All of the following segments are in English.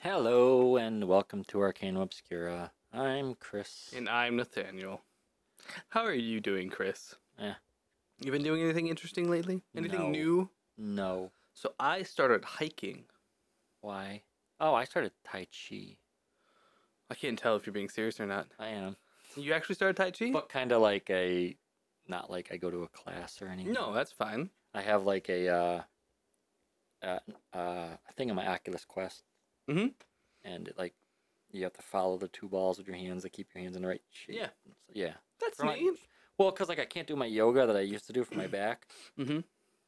Hello and welcome to Arcanum Obscura. I'm Chris. And I'm Nathaniel. How are you doing, Chris? Eh. You been doing anything interesting lately? Anything No. new? no. So I started hiking. Why? Oh, I started Tai Chi. I can't tell if you're being serious or not. I am. You actually started Tai Chi? But kind of like a. Not like I go to a class or anything. No, that's fine. I have like a. Uh, uh, uh, a thing on my Oculus Quest. Mhm. And it like. You have to follow the two balls with your hands to keep your hands in the right shape. Yeah. Yeah. That's For my- neat. Well, because like I can't do my yoga that I used to do for my back Mm-hmm.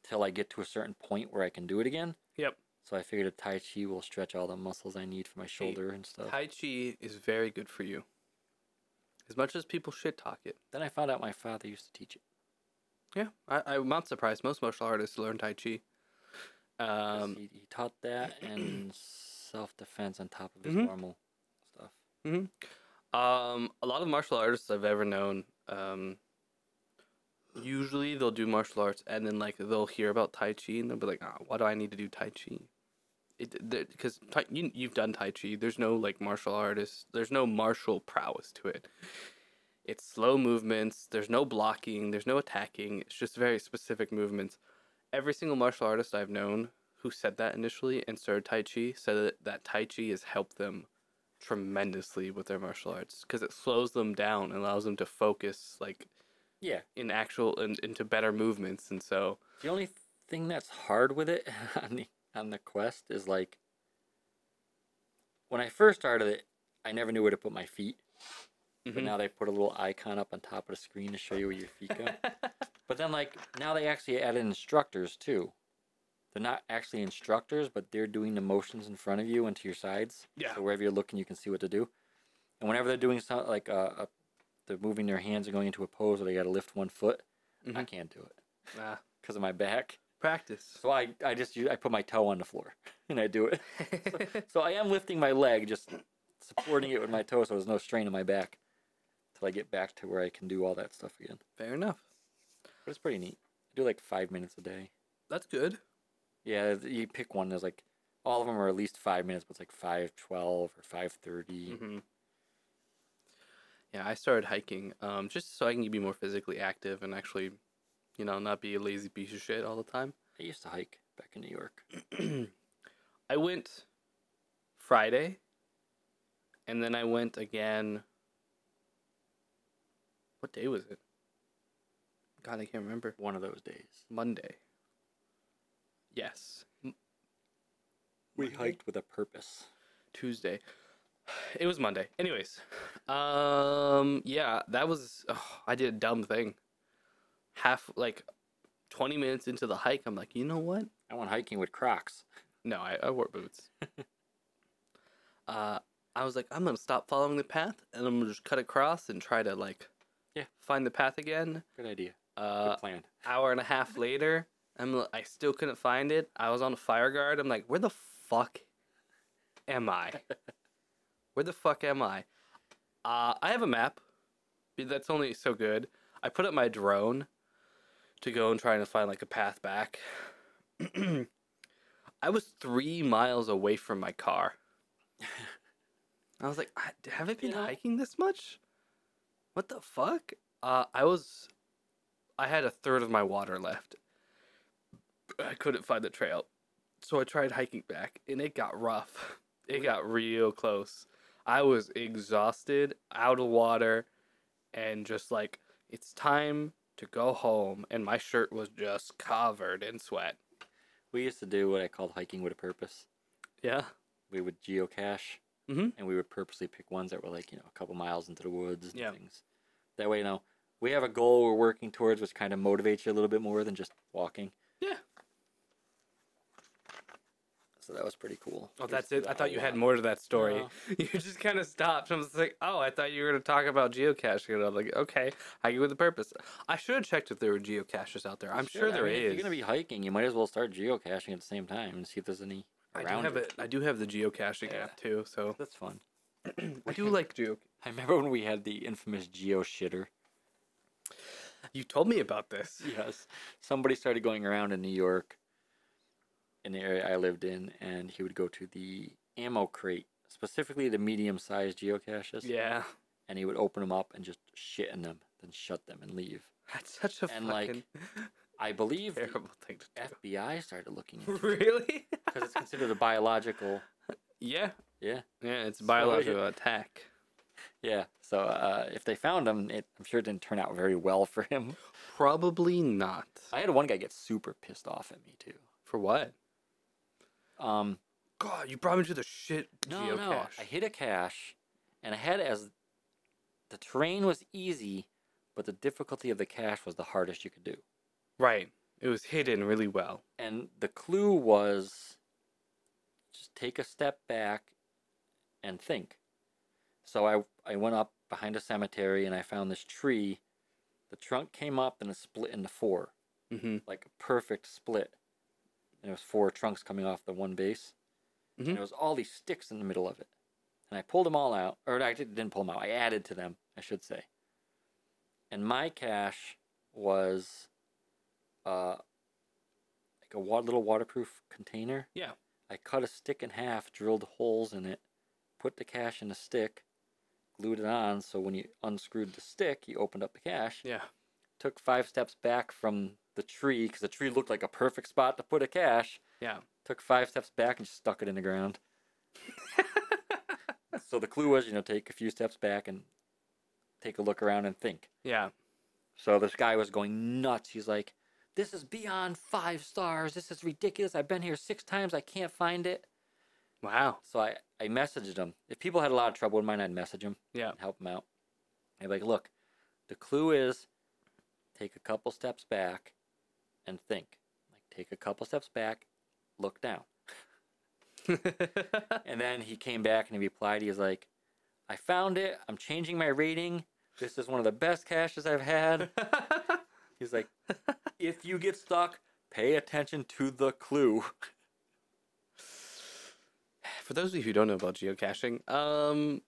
till I get to a certain point where I can do it again. Yep. So I figured a Tai Chi will stretch all the muscles I need for my shoulder and stuff. Tai Chi is very good for you. As much as people shit talk it. Then I found out my father used to teach it. Yeah, I, I'm not surprised. Most martial artists learn Tai Chi. 'cause Um, he, he taught that and self defense on top of his Mhm. normal stuff. Um, a lot of martial artists I've ever known, um, usually they'll do martial arts and then like they'll hear about Tai Chi and they'll be like, ah, why do I need to do Tai Chi? It because you you've done Tai Chi. There's no like martial artist. There's no martial prowess to it. It's slow movements. There's no blocking. There's no attacking. It's just very specific movements. Every single martial artist I've known who said that initially and started Tai Chi said that, that Tai Chi has helped them tremendously with their martial arts because it slows them down and allows them to focus like Yeah. in actual and into better movements and so The only thing that's hard with it on the on the quest is like when I first started it, I never knew where to put my feet. But Mhm. now they put a little icon up on top of the screen to show you where your feet go. But then, like, now they actually added instructors too. They're not actually instructors, but they're doing the motions in front of you and to your sides. Yeah. So wherever you're looking, you can see what to do. And whenever they're doing something like uh, uh, they're moving their hands and going into a pose where they got to lift one foot, I Mhm. can't do it Ah, because of my back. practice So I, I just u- I put my toe on the floor and I do it. so I am lifting my leg, just supporting it with my toe, so there's no strain on my back till I get back to where I can do all that stuff again. fair enough But it's pretty neat. I do like five minutes a day. that's good Yeah, th- you pick one. There's like all of them are at least five minutes, but it's like five twelve or five Mm-hmm. hmm yeah i started hiking um just so i can be more physically active and actually you know not be a lazy piece of shit all the time I used to hike back in New York. I went Friday, and then I went again. What day was it? God, I can't remember. One of those days, Monday. Yes, M- we Monday? hiked with a purpose. Tuesday. It was Monday. Anyways, um, yeah, that was. ugh, I did a dumb thing. Half like, twenty minutes into the hike, I'm like, you know what? I went hiking with Crocs. No, I, I wore boots. uh, I was like, I'm gonna stop following the path, and I'm gonna just cut across and try to like, Yeah. find the path again. Good idea. Good Uh, plan. hour and a half later, I'm l- I still couldn't find it. I was on a fire guard. I'm like, where the fuck am I? where the fuck am I? Uh, I have a map. but That's only so good. I put up my drone to go and try to find like a path back. I was three miles away from my car. I was like, I, have I been You know- hiking this much? What the fuck? Uh, I was, I had a third of my water left. I couldn't find the trail, so I tried hiking back, and it got rough. It got real close. I was exhausted, out of water, and just like it's time to go home, and my shirt was just covered in sweat. We used to do what I called hiking with a purpose. Yeah. We would geocache, Mhm. and we would purposely pick ones that were like you know a couple miles into the woods and Yeah. things. That way, you know, we have a goal we're working towards, which kind of motivates you a little bit more than just walking. Yeah. So that was pretty cool. Oh, We that's used it. to I do thought a you lot. had more to that story. No. You just kind of stopped. I was like, oh, I thought you were going to talk about geocaching. And I'm like, okay, I get with the purpose. I should have checked if there were geocaches out there. I'm sure I there mean, is. If you're gonna be hiking, you might as well start geocaching at the same time and see if there's any I do around. have you. it. I do have the geocaching Yeah. app too. So That's fun. I do like geo. I remember when we had the infamous geo shitter. You told me about this. Yes, somebody started going around in New York, in the area I lived in, and he would go to the ammo crate, specifically the medium sized geocaches. Yeah. And he would open them up and just shit in them, then shut them and leave. That's such a And, like, fucking I believe the terrible thing to FBI started looking do. into really? because it's considered a biological. yeah. Yeah. Yeah, it's a So, biological attack. Yeah. So uh, if they found him, it, I'm sure it didn't turn out very well for him. Probably not. I had one guy get super pissed off at me too. For what? Um, God, you brought me to the shit no, geocache. no, I hit a cache, and I had it as the terrain was easy, but the difficulty of the cache was the hardest you could do. Right. It was hidden really well. And the clue was just take a step back and think. So I I went up behind a cemetery and I found this tree. The trunk came up and it split into four. Mm-hmm. like a perfect split. And it was four trunks coming off the one base. Mhm. And there was all these sticks in the middle of it. And I pulled them all out. Or I didn't didn't pull them out. I added to them, I should say. And my cache was uh, like a wa- little waterproof container. Yeah. I cut a stick in half, drilled holes in it, put the cache in the stick, glued it on. So when you unscrewed the stick, you opened up the cache Yeah. took five steps back from the tree because the tree looked like a perfect spot to put a cache. Yeah. Took five steps back and just stuck it in the ground. so the clue was, you know, take a few steps back and take a look around and think. Yeah. So this guy was going nuts. He's like, "This is beyond five stars. This is ridiculous. I've been here six times. I can't find it." Wow. So I, I messaged him. If people had a lot of trouble with mine, I'd message him. Yeah. and help them out. I'd be like, look, the clue is take a couple steps back and think. Like, take a couple steps back, look down. And then he came back and he replied, he was like, I found it. I'm changing my rating. This is one of the best caches I've had. He's like, if you get stuck, pay attention to the clue. For those of you who don't know about geocaching, um,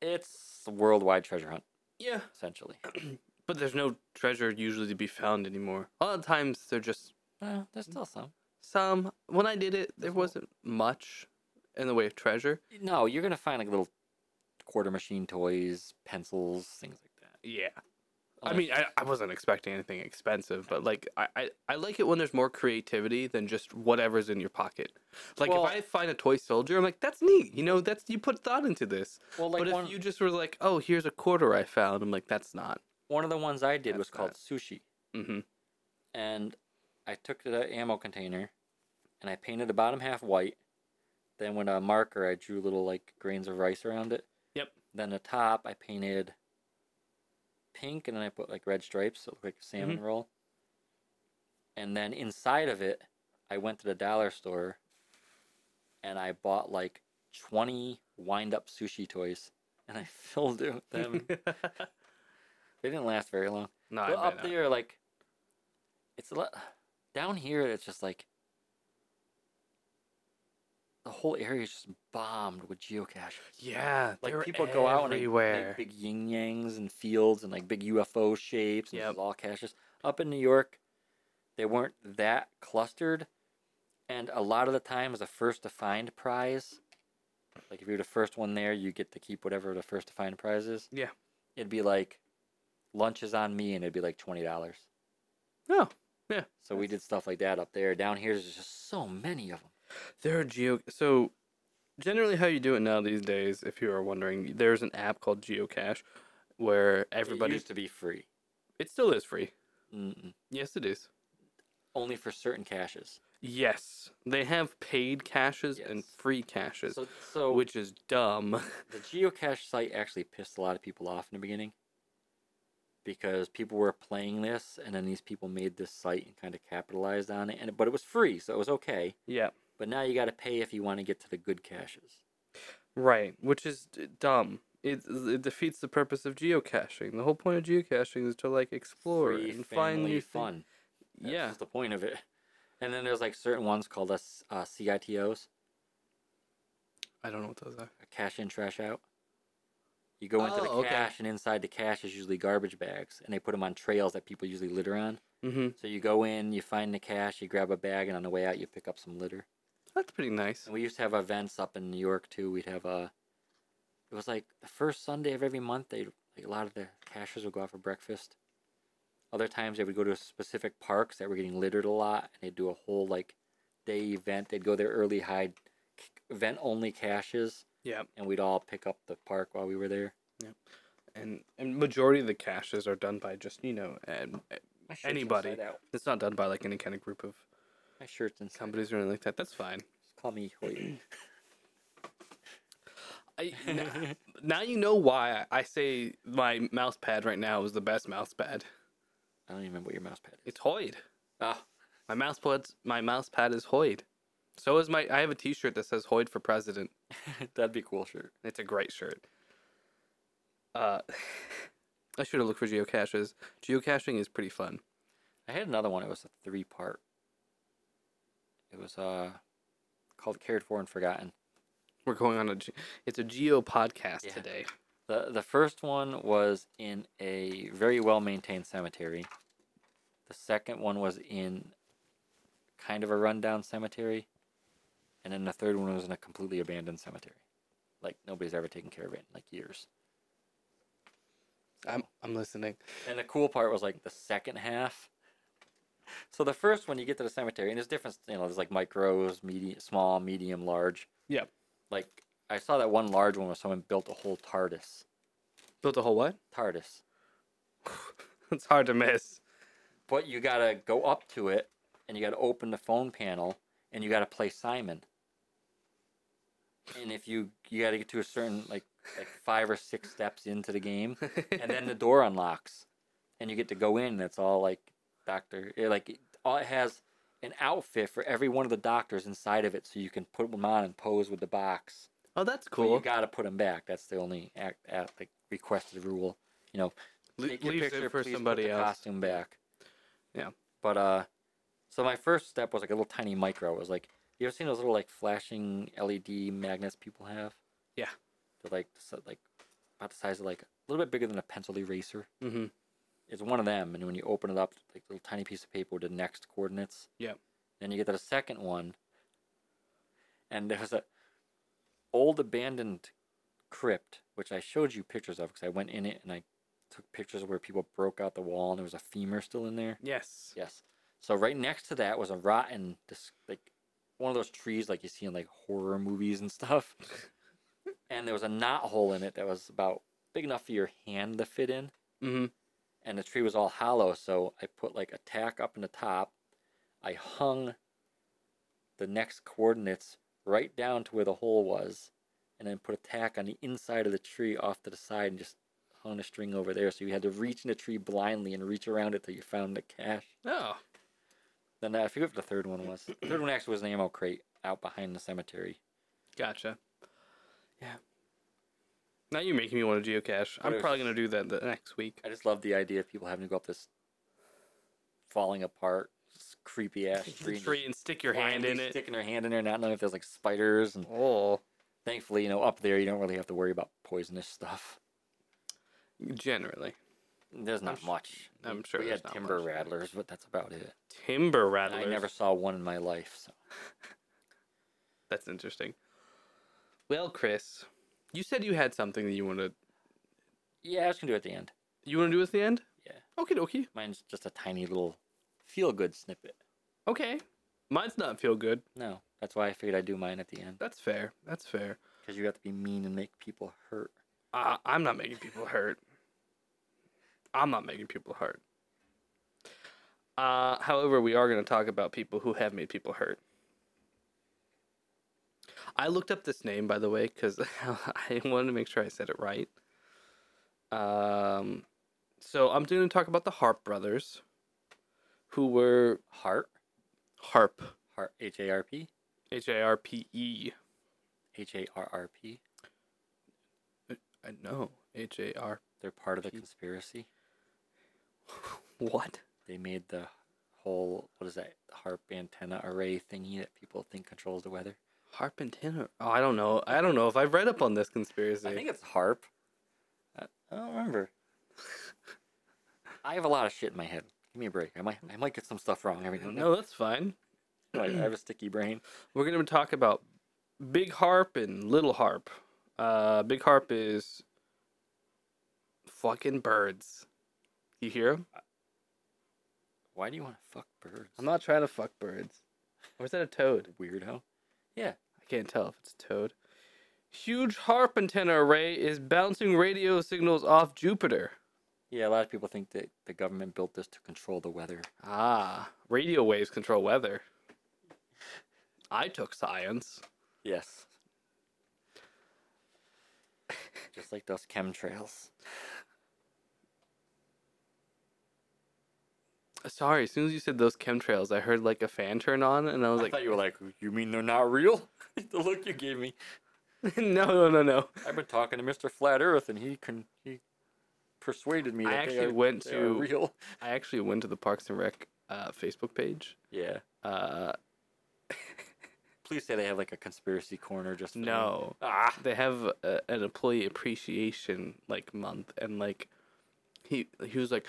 It's a worldwide treasure hunt, yeah, essentially. but there's no treasure usually to be found anymore. A lot of times they're just Well, there's still some. some. When I did it, there There's wasn't much in the way of treasure. No, you're gonna find like little quarter machine toys, pencils, things like that. Yeah, I Like, mean, I, I wasn't expecting anything expensive, but like I, I, I like it when there's more creativity than just whatever's in your pocket. Like Well- if I find a toy soldier, I'm like, that's neat. You know, that's you put thought into this. well, like but one, if you just were like, oh, here's a quarter I found, I'm like, that's not. one of the ones I did was That's called sushi, Mm-hmm. and I took the ammo container, and I painted the bottom half white. Then with a marker, I drew little like grains of rice around it. Yep. Then the top, I painted pink, and then I put like red stripes, so it looked like a salmon roll. And then inside of it, I went to the dollar store, and I bought like twenty wind-up sushi toys, and I filled it with them. they didn't last very long. no, But I up bet not. there, like, it's a lot. Down here, it's just like the whole area is just bombed with geocaches. Yeah, Like they're people go out and they everywhere. make big yin yangs and fields and like big UFO shapes and Yep. all caches. Up in New York, they weren't that clustered, and a lot of the time was a first to find prize. Like if you were the first one there, you get to keep whatever the first to find prize is. Yeah. it'd be like lunch is on me, and it'd be like twenty dollars. No, So we did stuff like that up there. Down here, there's just so many of them. There are geo. So, generally, how you do it now these days, if you are wondering, there's an app called Geocache, where Everybody everybody. used to be free, It still is free. Mm-mm. Yes, it is. only for certain caches. Yes, they have paid caches and Yes. free caches, So, so which is dumb. the geocache site actually pissed a lot of people off in the beginning because people were playing this and then these people made this site and kind of capitalized on it and but it was free so it was okay yeah, but now you got to pay if you want to get to the good caches right. Which is d- dumb. It, it defeats the purpose of geocaching. The whole point of geocaching is to like explore free and find family new thing- fun That's Yeah, just the point of it and then there's like certain ones called us uh, citos I don't know what those are. cash in trash out you go into the Oh, okay. cache and inside the cache is usually garbage bags and they put them on trails that people usually litter on Mm-hmm. So you go in, you find the cash, you grab a bag, and on the way out you pick up some litter. That's pretty nice. And we used to have events up in New York too. We'd have a. It was like the first Sunday of every month. They like a lot of the cashers would go out for breakfast. Other times they would go to specific parks that were getting littered a lot, and they'd do a whole like day event. They'd go there early, hide c- event only caches, Yeah. and we'd all pick up the park while we were there. And and majority of the caches are done by just, you know, and My shirt's Anybody. inside out. it's not done by like any kind of group of My shirt's inside. Company. companies or anything like that. That's fine. Call me Hoyt. I, n- now you know why I say my mouse pad right now is the best mouse pad. I don't even remember what your mouse pad is. It's Hoyd. Ah, My mouse pad, my mouse pad is Hoyd. So is my. I have a T-shirt that says Hoyd for president. that'd be a cool shirt. It's a great shirt. Uh, I should have looked for geocaches. Geocaching is pretty fun. I had another one. It was a three part. It was uh called Cared for and Forgotten. We're going on a. ge- It's a geo podcast Yeah. today. The the first one was in a very well maintained cemetery. The second one was in kind of a rundown cemetery. And then the third one was in a completely abandoned cemetery. Like nobody's ever taken care of it in like years. I'm I'm listening. And the cool part was like the second half. So the first one you get to the cemetery and there's different you know, there's like micros, medium small, medium, large. Yep. Like I saw that one large one where someone built a whole TARDIS. Built a whole what? TARDIS. it's hard to miss. But you gotta go up to it and you gotta open the phone panel and you gotta play Simon. And if you you gotta get to a certain like like five or six steps into the game and then the door unlocks and you get to go in and it's all like doctor it, like it- all it has an outfit for every one of the doctors inside of it so you can put them on and pose with the box oh, that's But cool. you gotta put them back that's the only act, act like requested rule you know Le- take your leaves picture, it for please put somebody the else. Costume back. Yeah. But uh, so my first step was like a little tiny micro. It was like you ever seen those little like flashing LED magnets people have? Yeah. They're like so, like about the size of like a little bit bigger than a pencil eraser. Mm-hmm. It's one of them, and when you open it up, like little tiny piece of paper with the next coordinates. Yep. Then you get to the second one, and there was a old abandoned crypt, which I showed you pictures of because I went in it and I took pictures of where people broke out the wall and there was a femur still in there. Yes. Yes. So right next to that was a rotten, dis- like one of those trees like you see in like horror movies and stuff. and there was a knot hole in it that was about big enough for your hand to fit in Mm-hmm. and the tree was all hollow, so I put like a tack up in the top. I hung the next coordinates right down to where the hole was, and then put a tack on the inside of the tree off to the side and just hung a string over there. So you had to reach in the tree blindly and reach around it till you found the cache. Oh, Then I forget what the third one was. The third one actually was an ammo crate out behind the cemetery. gotcha. Yeah. Now you're making me want to geocache. What I'm if- probably gonna do that the next week. I just love the idea of people having to go up this falling apart, creepy ass tree. The and just tree and stick your hand blindly in it. Sticking their hand in there, not knowing if there's like spiders and Oh. thankfully, you know, up there you don't really have to worry about poisonous stuff. Generally, There's not sh- much. I'm We- sure we there's had not timber much. rattlers, but that's about it. timber And rattlers. I never saw one in my life. So That's interesting. Well, Chris, you said you had something that you wanted. yeah, I was gonna do it at the end. You want to do at the end? Yeah. Okay, dokie. Mine's just a tiny little feel-good snippet. Okay. Mine's not feel good. No, that's why I figured I'd do mine at the end That's fair. That's fair. because you have to be mean and make people hurt. Uh, I'm not making people hurt. I'm not making people hurt. Uh, however, we are going to talk about people who have made people hurt. I looked up this name, by the way, because I wanted to make sure I said it right. Um, so I'm going to talk about the Harp brothers, who were Heart, Harp, heart, H A R P, H A R P E. H A R R P. I know H A R. They're part of the P. conspiracy. What? They made the whole what is that harp antenna array thingy that people think controls the weather. Harp and tenor. Oh, I don't know. I don't know if I've read up on this conspiracy. I think it's harp. I, I don't remember. I have a lot of shit in my head. Give me a break. I might I might get some stuff wrong every now and then. no, that's fine. like I have a sticky brain. We're going to talk about big harp and little harp. Uh, big harp is fucking birds. You hear 'em? Why do you want to fuck birds? I'm not trying to fuck birds. Or is that a toad? weirdo. I can't tell if it's a toad. Huge harp antenna array is bouncing radio signals off Jupiter. Yeah, a lot of people think that the government built this to control the weather. Ah, radio waves control weather. I took science. Yes. Just like those chemtrails. Uh, Sorry, as soon as you said those chemtrails, I heard like a fan turn on, and I was I like, thought you were like, you mean they're not real? the look you gave me. no, no, no, no. I've been talking to Mr. Flat Earth, and he can he persuaded me. I That they actually are, went they are to- real. I actually went to the Parks and Rec uh, Facebook page. Yeah. Uh, Please say they have like a conspiracy corner just for them. no, Ah. they have a, an employee appreciation like month, and like he he was like,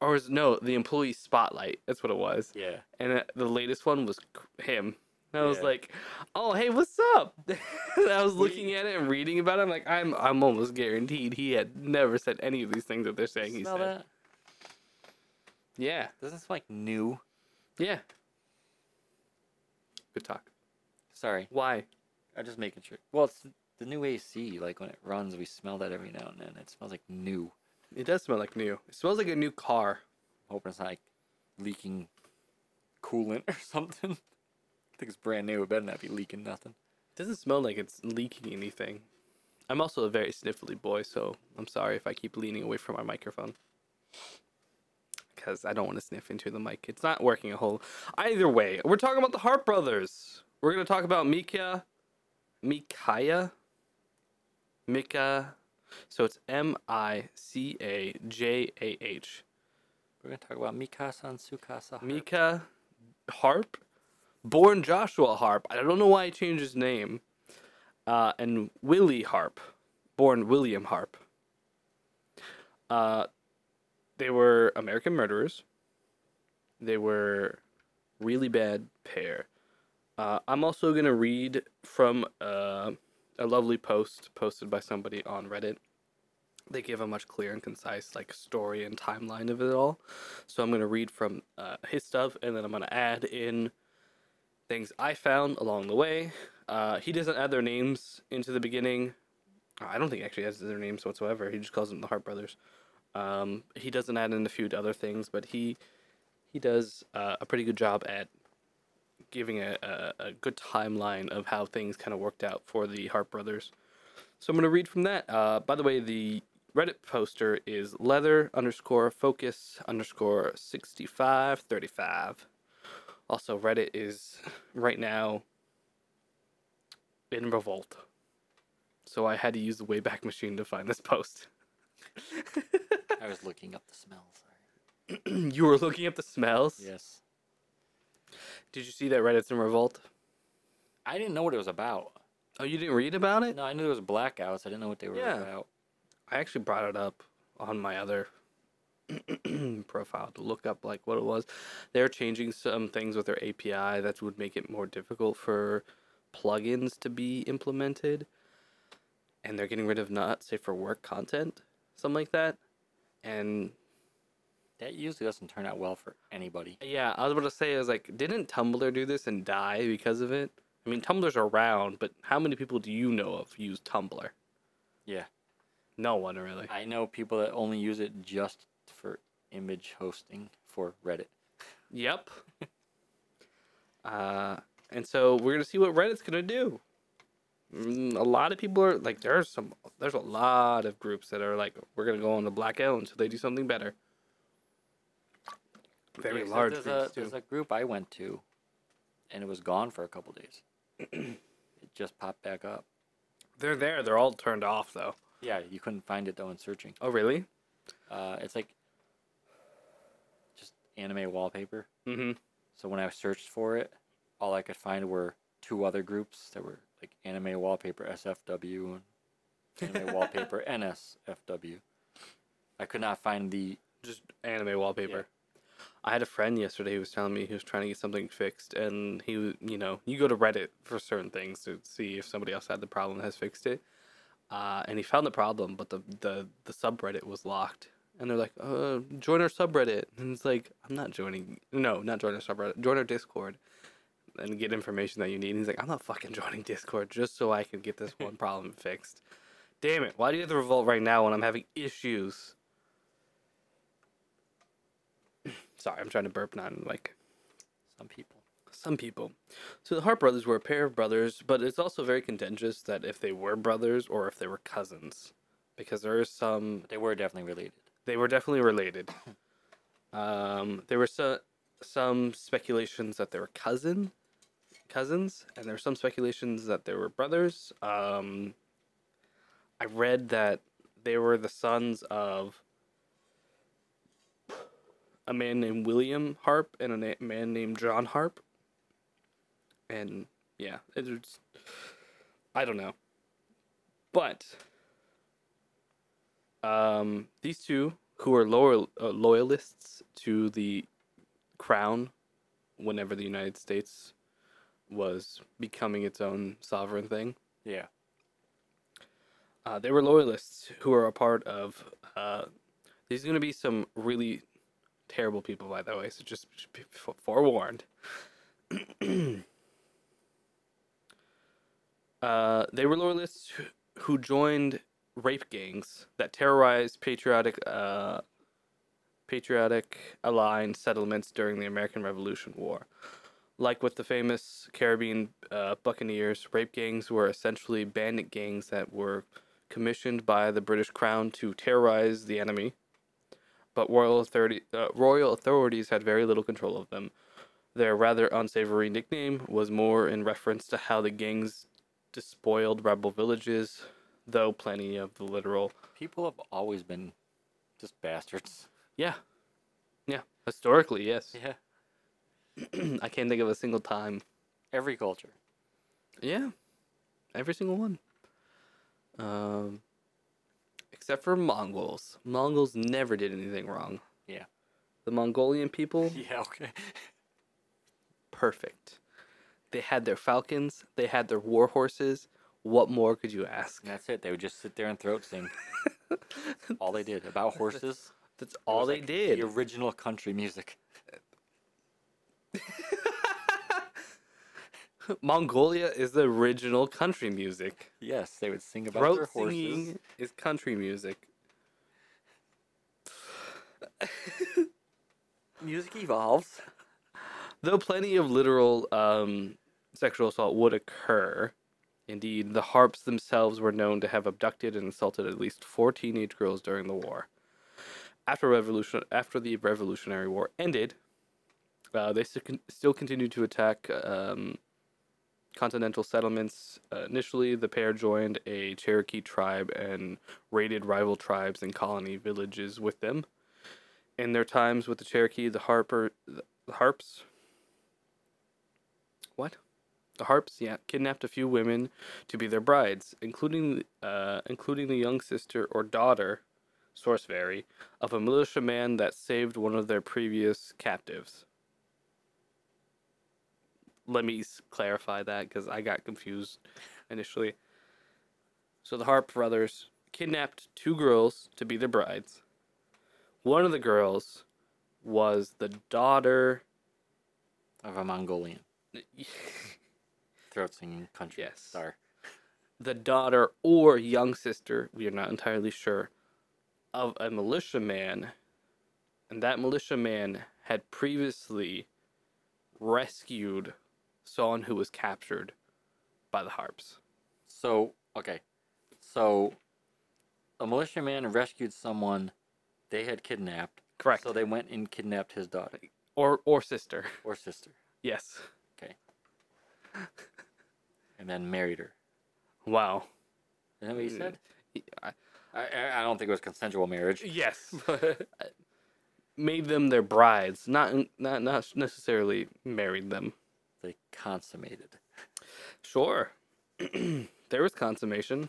or was no the employee spotlight? That's what it was. Yeah. and uh, the latest one was c- him. And I was Yeah. like, "Oh, hey, what's up?" And I was looking at it and reading about it. I'm like, "I'm I'm almost guaranteed he had never said any of these things that they're saying he Smell said." that? Yeah, Doesn't it smell like new? yeah. Good talk. Sorry, Why? I'm just making sure. Well, it's the new AC. Like when it runs, we smell that every now and then. It smells like new. It does smell like new. It smells like a new car. I'm hoping it's not like leaking coolant or something. I think it's brand new. It better not be leaking nothing. It doesn't smell like it's leaking anything. I'm also a very sniffly boy, so I'm sorry if I keep leaning away from my microphone. Because I don't want to sniff into the mic. It's not working a whole. Either way, we're talking about the Hart brothers. We're going to talk about Mika. Mikaya? Mika. So it's M I C A J A H. We're gonna talk about Mikasa and Sukasa. Harp. Mika Harp, born Joshua Harp. I don't know why he changed his name. Uh, and Willie Harp, born William Harp. Uh, they were American murderers. They were really bad pair. Uh, I'm also gonna read from uh, a lovely post posted by somebody on Reddit. They give a much clear and concise like story and timeline of it all. So I'm gonna read from uh, his stuff, and then I'm gonna add in things I found along the way. Uh, he doesn't add their names into the beginning. I don't think he actually adds their names whatsoever. He just calls them the Hart brothers. Um, he doesn't add in a few other things, but he he does uh, a pretty good job at giving a, a, a good timeline of how things kind of worked out for the Hart brothers. So I'm gonna read from that. Uh, by the way, the Reddit poster is leather underscore focus underscore sixty five thirty five. Also, Reddit is right now in revolt. So I had to use the Wayback Machine to find this post. I was looking up the smell. Sorry. you were looking up the smells. Yes. Did you see that Reddit's in revolt? I didn't know what it was about. Oh, you didn't read about it? No, I knew there was blackouts. I didn't know what they were Yeah. about. I actually brought it up on my other profile to look up like what it was. They're changing some things with their API that would make it more difficult for plugins to be implemented. And they're getting rid of not safe for work content, something like that. And That usually doesn't turn out well for anybody. yeah, I was about to say I was like, didn't Tumblr do this and die because of it? I mean, Tumblr's around, but how many people do you know of use Tumblr? Yeah. No one really. I know people that only use it just for image hosting for Reddit. Yep. uh, and so we're gonna see what Reddit's gonna do. Mm, a lot of people are like, there's some, there's a lot of groups that are like, we're gonna go on the blackout until they do something better. Very Yeah, 'cause large There's groups a, too. there's a group I went to, and it was gone for a couple days. it just popped back up. They're there. They're all turned off though. Yeah, you couldn't find it though in searching. Oh really? Uh, it's like just anime wallpaper. Mm-hmm. So when I searched for it, all I could find were two other groups that were like anime wallpaper SFW and anime wallpaper NSFW. I could not find the Just anime wallpaper. I had a friend yesterday who was telling me he was trying to get something fixed, and he, w- you know, you go to Reddit for certain things to see if somebody else had the problem and has fixed it. Uh, and he found the problem, but the, the, the subreddit was locked. And they're like, uh, join our subreddit. And it's like, I'm not joining. No, not join our subreddit. Join our Discord and get information that you need. And he's like, I'm not fucking joining Discord just so I can get this one problem fixed. Damn it. Why do you have to revolt right now when I'm having issues? Sorry, I'm trying to burp, not like Some people. some people. So the Hart brothers were a pair of brothers, but it's also very contentious that if they were brothers or if they were cousins, because there is some But they were definitely related. they were definitely related. Um, there were so, some speculations that they were cousin cousins, and there were some speculations that they were brothers. Um, I read that they were the sons of a man named William Harp and a na- man named John Harp. And yeah, it's I don't know, but um, these two who are loyal, uh, loyalists to the crown whenever the United States was becoming its own sovereign thing. Yeah. Uh, they were loyalists who are a part of. Uh, there's going to be some really terrible people, by the way, so just be f- forewarned. uh, they were loyalists who- who joined rape gangs that terrorized patriotic, uh, patriotic aligned settlements during the American Revolution War. Like with the famous Caribbean uh, buccaneers, rape gangs were essentially bandit gangs that were commissioned by the British Crown to terrorize the enemy. But royal, authority, uh, royal authorities had very little control of them. Their rather unsavory nickname was more in reference to how the gangs despoiled rebel villages, though plenty of the literal. People have always been just bastards. Yeah. Yeah. Historically, yes. Yeah. I can't think of a single time Every culture. Yeah, every single one. Um, except for Mongols. Mongols never did anything wrong. Yeah. The Mongolian people, Yeah, okay. perfect. They had their falcons. They had their war horses. What more could you ask? And that's it. They would just sit there and throat sing. all they did about horses. That's all was, they like, did. The original country music. Mongolia is the original country music. Yes, they would sing about their Throat horses. singing is country music. Music evolves. Though plenty of literal um, sexual assault would occur, indeed, the Harps themselves were known to have abducted and assaulted at least four teenage girls during the war. After revolution, after the Revolutionary War ended, uh, they still con- still continued to attack um, continental settlements. Uh, initially, the pair joined a Cherokee tribe and raided rival tribes and colony villages with them. In their times with the Cherokee, the Harper, the Harps, what? The Harps, yeah, kidnapped a few women to be their brides, including uh, including the young sister or daughter, source vary, of a militiaman that saved one of their previous captives. Let me s- clarify that because I got confused initially. So the Harp brothers kidnapped two girls to be their brides. One of the girls was the daughter. Of a Mongolian throat singing country Yes. star. the daughter or young sister, we are not entirely sure, of a militiaman. And that militiaman had previously rescued someone who was captured by the harps. So, okay. So, a militiaman rescued someone they had kidnapped. Correct. So they went and kidnapped his daughter or or sister. or sister Yes. and then married her. Wow. Is that what you said? Hmm. I- I, I, I don't think it was consensual marriage. Yes. Made them their brides, not not not necessarily married them. They consummated. Sure. there was consummation.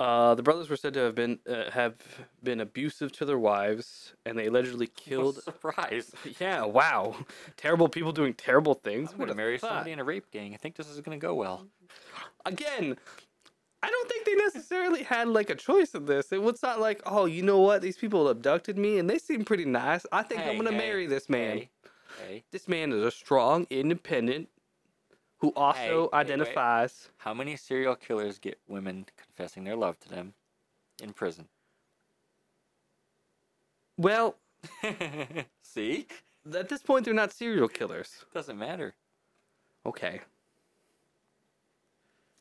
Uh, the brothers were said to have been uh, have been abusive to their wives, and they allegedly killed. Surprise! yeah, wow, terrible people doing terrible things. I'm gonna Would've marry thought? somebody in a rape gang. I think this is gonna go well. again, I don't think they necessarily had like a choice in this. It was not like, oh, you know what? These people abducted me and they seem pretty nice. I think I'm Hey, gonna hey, marry this man. Hey, hey, This man is a strong, independent, who Hey, wait, also wait. identifies. how many serial killers get women confessing their love to them in prison? Well, See, at this point, they're not serial killers. doesn't matter. Okay.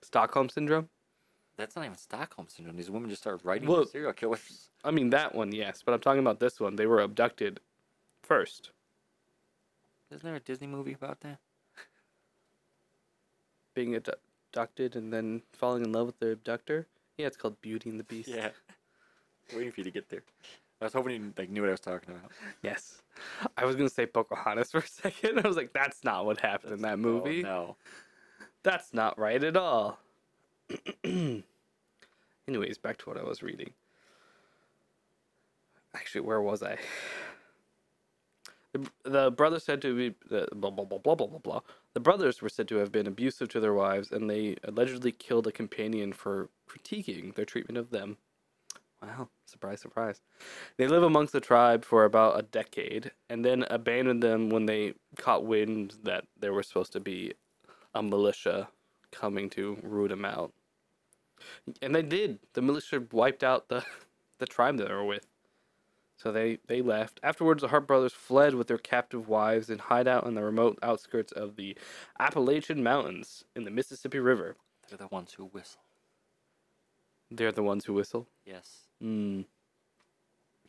Stockholm syndrome. That's not even Stockholm syndrome. These women just start writing Well- serial killers. I mean that one, yes, but I'm talking about this one. They were abducted first. Isn't there a Disney movie about that? being abdu- abducted and then falling in love with their abductor. Yeah, it's called Beauty and the Beast. Yeah. Waiting for you to get there. I was hoping you like knew what I was talking about. Yes. I was gonna say Pocahontas for a second. I was like, that's not what happened in that movie. Oh, no. That's not right at all. Anyways, back to what I was reading. Actually, where was I? The, the brothers said to be the blah blah blah blah blah blah blah. The brothers were said to have been abusive to their wives, and they allegedly killed a companion for critiquing their treatment of them. Wow, surprise, surprise. They live amongst the tribe for about a decade, and then abandoned them when they caught wind that there were supposed to be a militia coming to root them out. And they did. The militia wiped out the, the tribe that they were with. So they, they left. Afterwards, the Hart brothers fled with their captive wives and hide out in the remote outskirts of the Appalachian Mountains in the Mississippi River. They're the ones who whistle. They're the ones who whistle. Yes. Mm.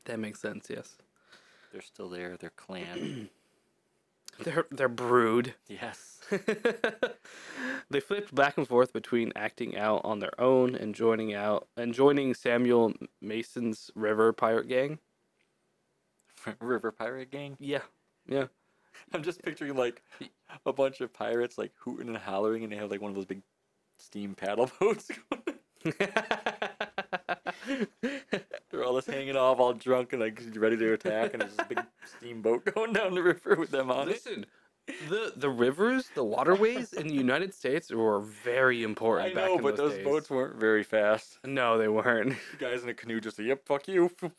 That makes sense, yes. They're still there. They're clan. They're, they're brood. yes. they flipped back and forth between acting out on their own and joining out and joining Samuel Mason's River Pirate Gang. River pirate gang. Yeah, yeah. I'm just picturing like a bunch of pirates like hooting and hollering, and they have like one of those big steam paddle boats. going. They're all just hanging off, all drunk and like ready to attack, and there's this big steam boat going down the river with them on it. Listen, the the rivers, the waterways in the United States were very important. I back know, in but those, those days. boats weren't very fast. No, they weren't. The guys in a canoe just say, "Yep, fuck you."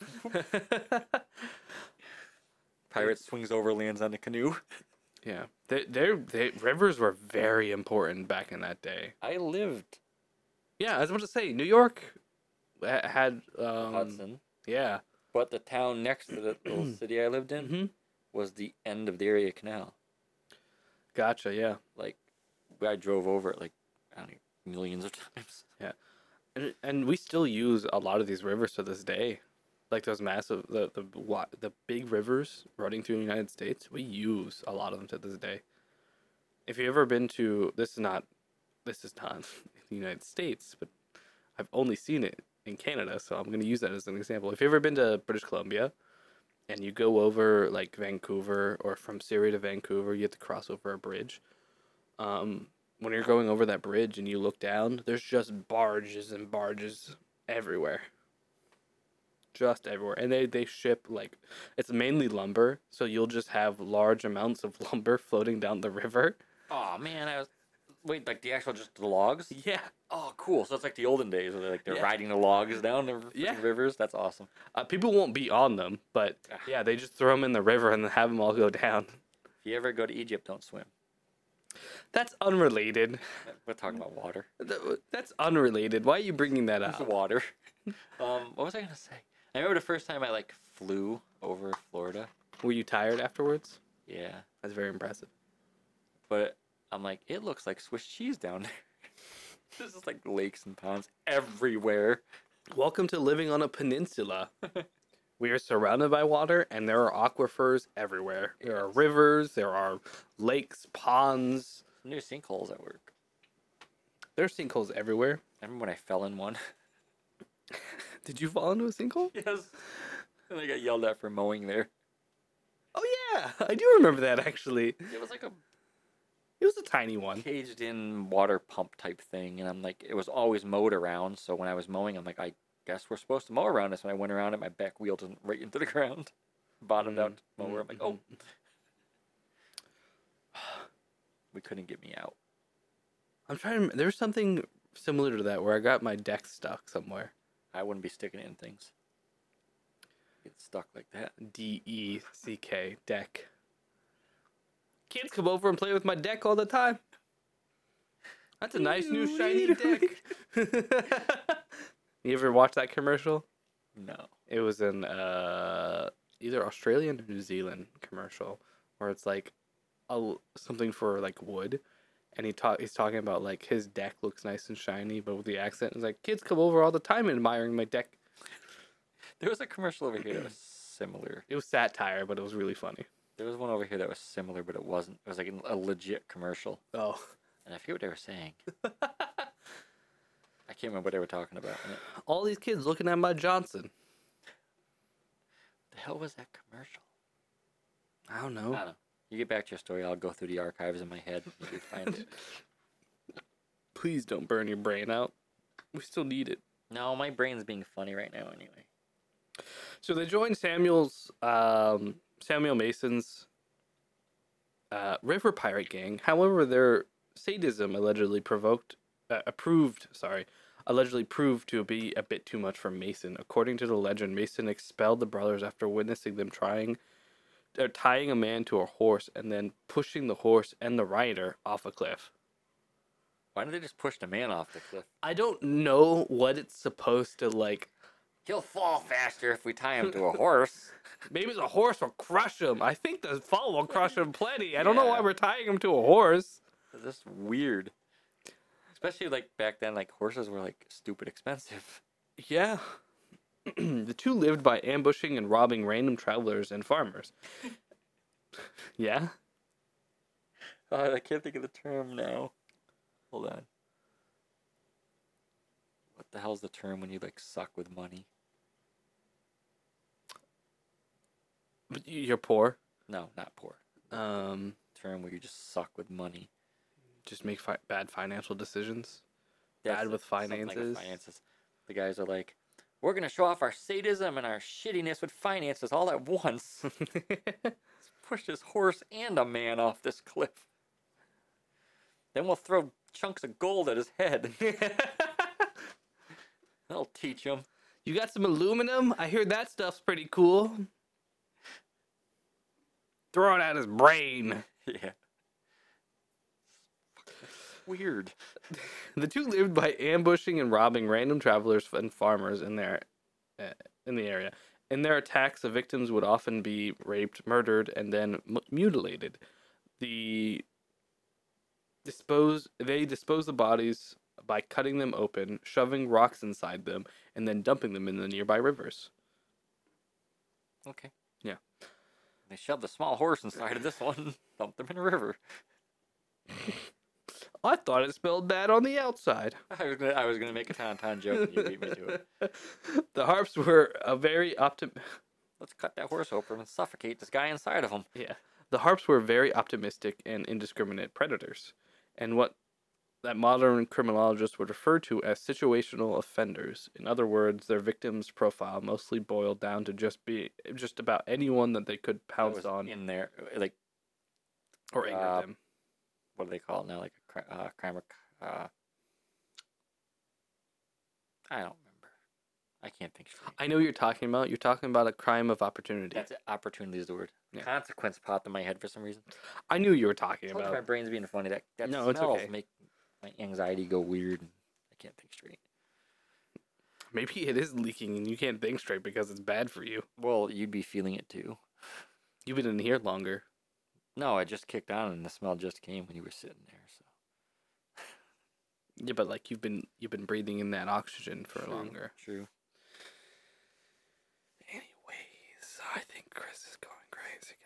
Pirate swings over, lands on the canoe. yeah, they they they rivers were very important back in that day. I lived Yeah, I was about to say New York ha- had um, Hudson, Yeah. but the town next to the little city I lived in Mhm. was the end of the Erie Canal. Gotcha. Yeah. Like, I drove over it like I don't know, millions of times. And, and we still use a lot of these rivers to this day, like those massive the the wa- the big rivers running through the United States. We use a lot of them to this day. If you've ever been to this is not this is not in the United States, but I've only seen it in Canada, so I'm going to use that as an example. If you've ever been to British Columbia, and you go over like Vancouver or from Surrey to Vancouver, you have to cross over a bridge. Um, when you're going over that bridge and you look down, there's just barges and barges everywhere. Just everywhere. And they, they ship like it's mainly lumber, so you'll just have large amounts of lumber floating down the river. Oh man, I was wait like the actual just the logs. Yeah. Oh, cool. So it's like the olden days where they're like they're Yeah. riding the logs down the r- Yeah. rivers. That's awesome. Uh, people won't be on them, but Ah. yeah, they just throw them in the river and then have them all go down. If you ever go to Egypt, don't swim. That's unrelated. We're talking about water. Th- That's unrelated. Why are you bringing that It's up? water. um, what was I gonna say? I remember the first time I like flew over Florida. Were you tired afterwards? Yeah, That's very impressive. but I'm like, it looks like Swiss cheese down there. There's just like lakes and ponds everywhere. Welcome to living on a peninsula. we are surrounded by water, and there are aquifers everywhere. There are rivers, there are lakes, ponds. New sinkholes at work. There are sinkholes everywhere. I remember when I fell in one. Did you fall into a sinkhole? yes. And I got yelled at for mowing there. Oh, yeah. I do remember that, actually. It was like a It was a tiny one. caged in water pump type thing and I'm like it was always mowed around so when I was mowing I'm like I guess we're supposed to mow around this and I went around it my back wheel didn't right into the ground bottomed out mower I'm like oh we couldn't get me out I'm trying to. rem- There was something similar to that where I got my deck stuck somewhere. I wouldn't be sticking it in things get stuck like that D E C K deck. Kids come over and play with my deck all the time. That's a nice new shiny deck. you ever watch that commercial? no It was an uh, either Australian or New Zealand commercial where it's like a, l- something for like wood, and he talk he's talking about like his deck looks nice and shiny, but with the accent, it's like kids come over all the time admiring my deck. there was a commercial over here that was similar It was satire, but it was really funny. there was one over here that was similar but it wasn't it was like a legit commercial Oh, and I forget what they were saying I can't remember what they were talking about and it- all these kids looking at my Johnson. the hell was that commercial I don't know. I don't know. You get back to your story. I'll go through the archives in my head. You can find it. Please don't burn your brain out. We still need it. No, my brain's being funny right now. Anyway, So they joined Samuel's um, Samuel Mason's uh, River Pirate Gang. However, their sadism allegedly provoked, uh, approved, sorry, allegedly proved to be a bit too much for Mason. According to the legend, Mason expelled the brothers after witnessing them trying, or tying a man to a horse and then pushing the horse and the rider off a cliff. why don't they just push the man off the cliff? I don't know what it's supposed to like. He'll fall faster if we tie him to a horse. Maybe the horse will crush him. I think the fall will crush him plenty. I don't know why Yeah. we're tying him to a horse. That's weird. Especially like back then, like horses were like stupid expensive. Yeah. the two lived by ambushing and robbing random travelers and farmers. yeah. Uh, I can't think of the term now. Hold on. What the hell's the term when you like suck with money? But y- you're poor. No, not poor. Um, Term where you just suck with money. just make fi- bad financial decisions. That's Bad it, with something like finances. finances. The guys are like, we're gonna show off our sadism and our shittiness with finances all at once. Let's push this horse and a man off this cliff. Then we'll throw chunks of gold at his head. That'll teach him. you got some aluminum? I hear that stuff's pretty cool. Throw it at his brain. Yeah. Weird. The two lived by ambushing and robbing random travelers and farmers in their uh, in the area. In their attacks, the victims would often be raped, murdered, and then m- mutilated. The dispose they dispose the bodies by cutting them open, shoving rocks inside them, and then dumping them in the nearby rivers. Okay. Yeah. They shoved a small horse inside of this one, dumped him in a river. I thought it spelled bad on the outside. I was gonna, I was gonna make a tauntaun joke, and you beat me to it. the harps were a very optim. Let's cut that horse open and suffocate this guy inside of him. Yeah. The Harps were very optimistic and indiscriminate predators, and what that modern criminologists would refer to as situational offenders. In other words, their victims' profile mostly boiled down to just be just about anyone that they could that pounce was on in there, like or anger uh, them. what do they call it now? Like a cri- uh, crime or c- uh, I don't remember. I can't think straight. I know what you're talking about. You're talking about a crime of opportunity. That's it. opportunity is the word. Yeah. Consequence popped in my head for some reason. I knew you were talking Told you my about. brain's being funny. That that No, it's smells okay. make my anxiety go weird. And I can't think straight. Maybe it is leaking and you can't think straight because it's bad for you. Well, you'd be feeling it too. You've been in here longer. No, I just kicked on and the smell just came when you were sitting there. So Yeah, but like you've been you've been breathing in that oxygen for True, longer. True. Anyways, I think Chris is going crazy,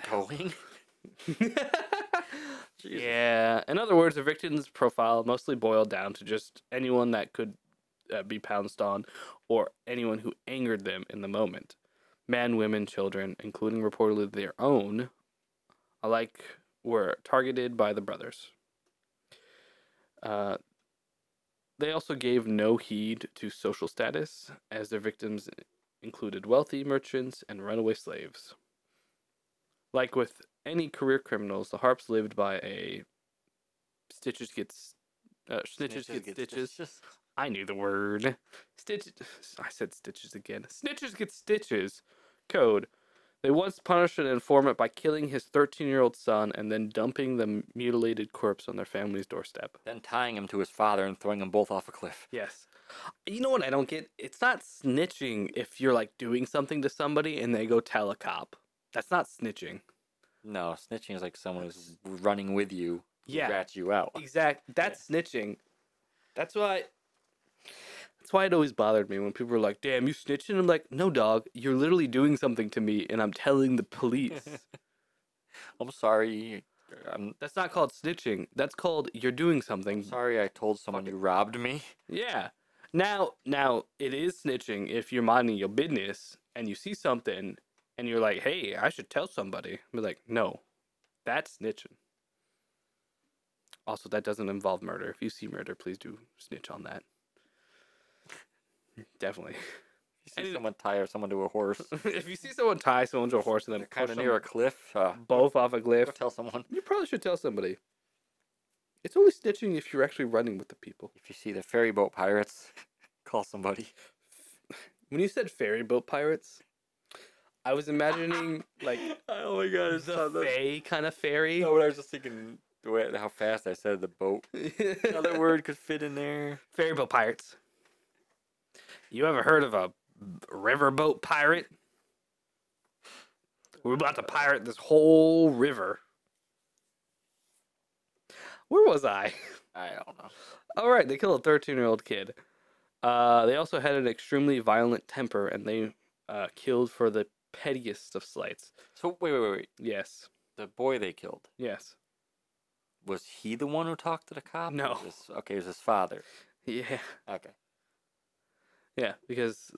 guys. Somebody get Going. help. Jesus. yeah. In other words, the victim's profile mostly boiled down to just anyone that could uh, be pounced on or anyone who angered them in the moment. Men, women, children, including reportedly their own, alike were targeted by the brothers. Uh, they also gave no heed to social status, as their victims included wealthy merchants and runaway slaves. Like with any career criminals, the Harps lived by a stitches gets uh, snitches, get stitches. I knew the word. Stitch. I said stitches again. Snitches get stitches. Code. They once punished an informant by killing his 13 year old son and then dumping the mutilated corpse on their family's doorstep. Then tying him to his father and throwing them both off a cliff. Yes. You know what I don't get? It's not snitching if you're like doing something to somebody and they go tell a cop. That's not snitching. No, snitching is like someone who's running with you, who Yeah. rats you out. Exact. That's snitching. That's why. That's why it always bothered me when people were like, "Damn, you snitching." I'm like, "No, dog. You're literally doing something to me, and I'm telling the police." I'm sorry. I'm that's not called snitching. That's called you're doing something. sorry I told someone you robbed me. Yeah. Now, now it is snitching if you're minding your business and you see something and you're like, "Hey, I should tell somebody." Be like, "No, that's snitching." Also, that doesn't involve murder. If you see murder, please do snitch on that. Definitely. If you see Any- someone tie or someone to a horse, if you see someone tie someone to a horse and then they're kind push of near a them cliff. Uh, both off a cliff, go tell someone. you probably should tell somebody. It's only snitching if you're actually running with the people. If you see the ferry boat pirates, call somebody. When you said ferry boat pirates, I was imagining like oh my god, it's the fey kind of fairy. No, but I was just thinking the way how fast I said the boat. Another word could fit in there. ferry boat pirates. You ever heard of a riverboat pirate? We're about to pirate this whole river. Where was I? I don't know. All right, they killed a 13 year old kid. Uh, they also had an extremely violent temper and they uh, killed for the pettiest of slights. So wait, wait, wait, wait. Yes, The boy they killed yes. was he the one who talked to the cop? No. This- okay, it was his father. Yeah, Okay. yeah, because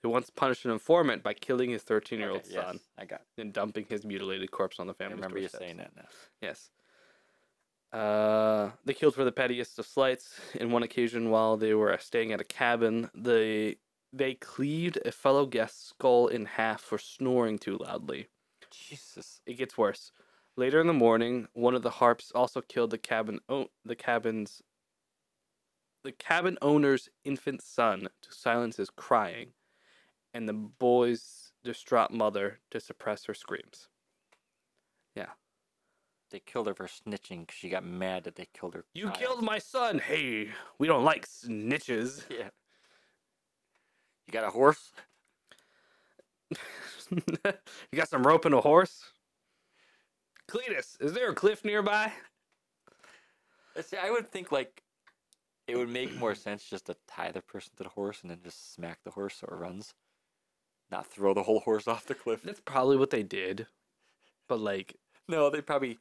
they once punished an informant by killing his 13 year old Okay, yes, son I got. It. and dumping his mutilated corpse on the I family. remember you saying that now. Yes. Uh, they killed for the pettiest of slights. In one occasion, while they were uh, staying at a cabin, they they cleaved a fellow guest's skull in half for snoring too loudly. Jesus. It gets worse. Later in the morning, one of the harps also killed the cabin o- the cabin's the cabin owner's infant son to silence his crying, and the boy's distraught mother to suppress her screams. They killed her for snitching because she got mad that they killed her. Uh, You child. killed my son. Hey, we don't like snitches. Yeah. You got a horse? you got some rope and a horse? Cletus, is there a cliff nearby? Uh, See, I would think like it would make more sense just to tie the person to the horse and then just smack the horse so it runs, not throw the whole horse off the cliff. That's probably what they did. But like No, they probably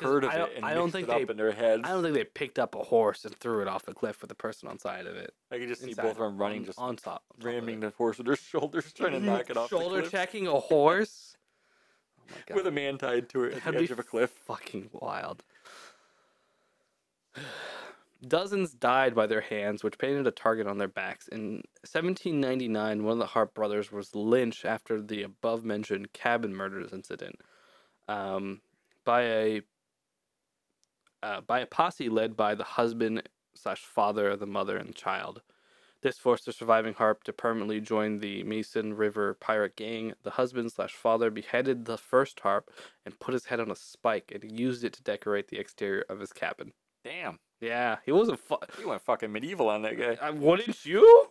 'Cause heard of I it don't- and I don't mixed think it up they- in their heads. I don't think they picked up a horse and threw it off the cliff with the person on side of it. I could just see inside both of them running, on, just on top. on top of ramming it. the horse with their shoulders, trying to knock it off Shoulder the cliff checking a horse? Oh my god. with a man tied to it at That'd the be edge of a cliff. fucking wild. Dozens died by their hands, which painted a target on their backs. In 1799, one of the Hart brothers was lynched after the above mentioned cabin murders incident um, by a uh, by a posse led by the husband slash father of the mother and child. This forced the surviving Harp to permanently join the Mason River pirate gang. The husband slash father beheaded the first Harp and put his head on a spike and used it to decorate the exterior of his cabin. Damn, Yeah, he wasn't. Fu- you went fucking medieval on that guy. I, wouldn't you?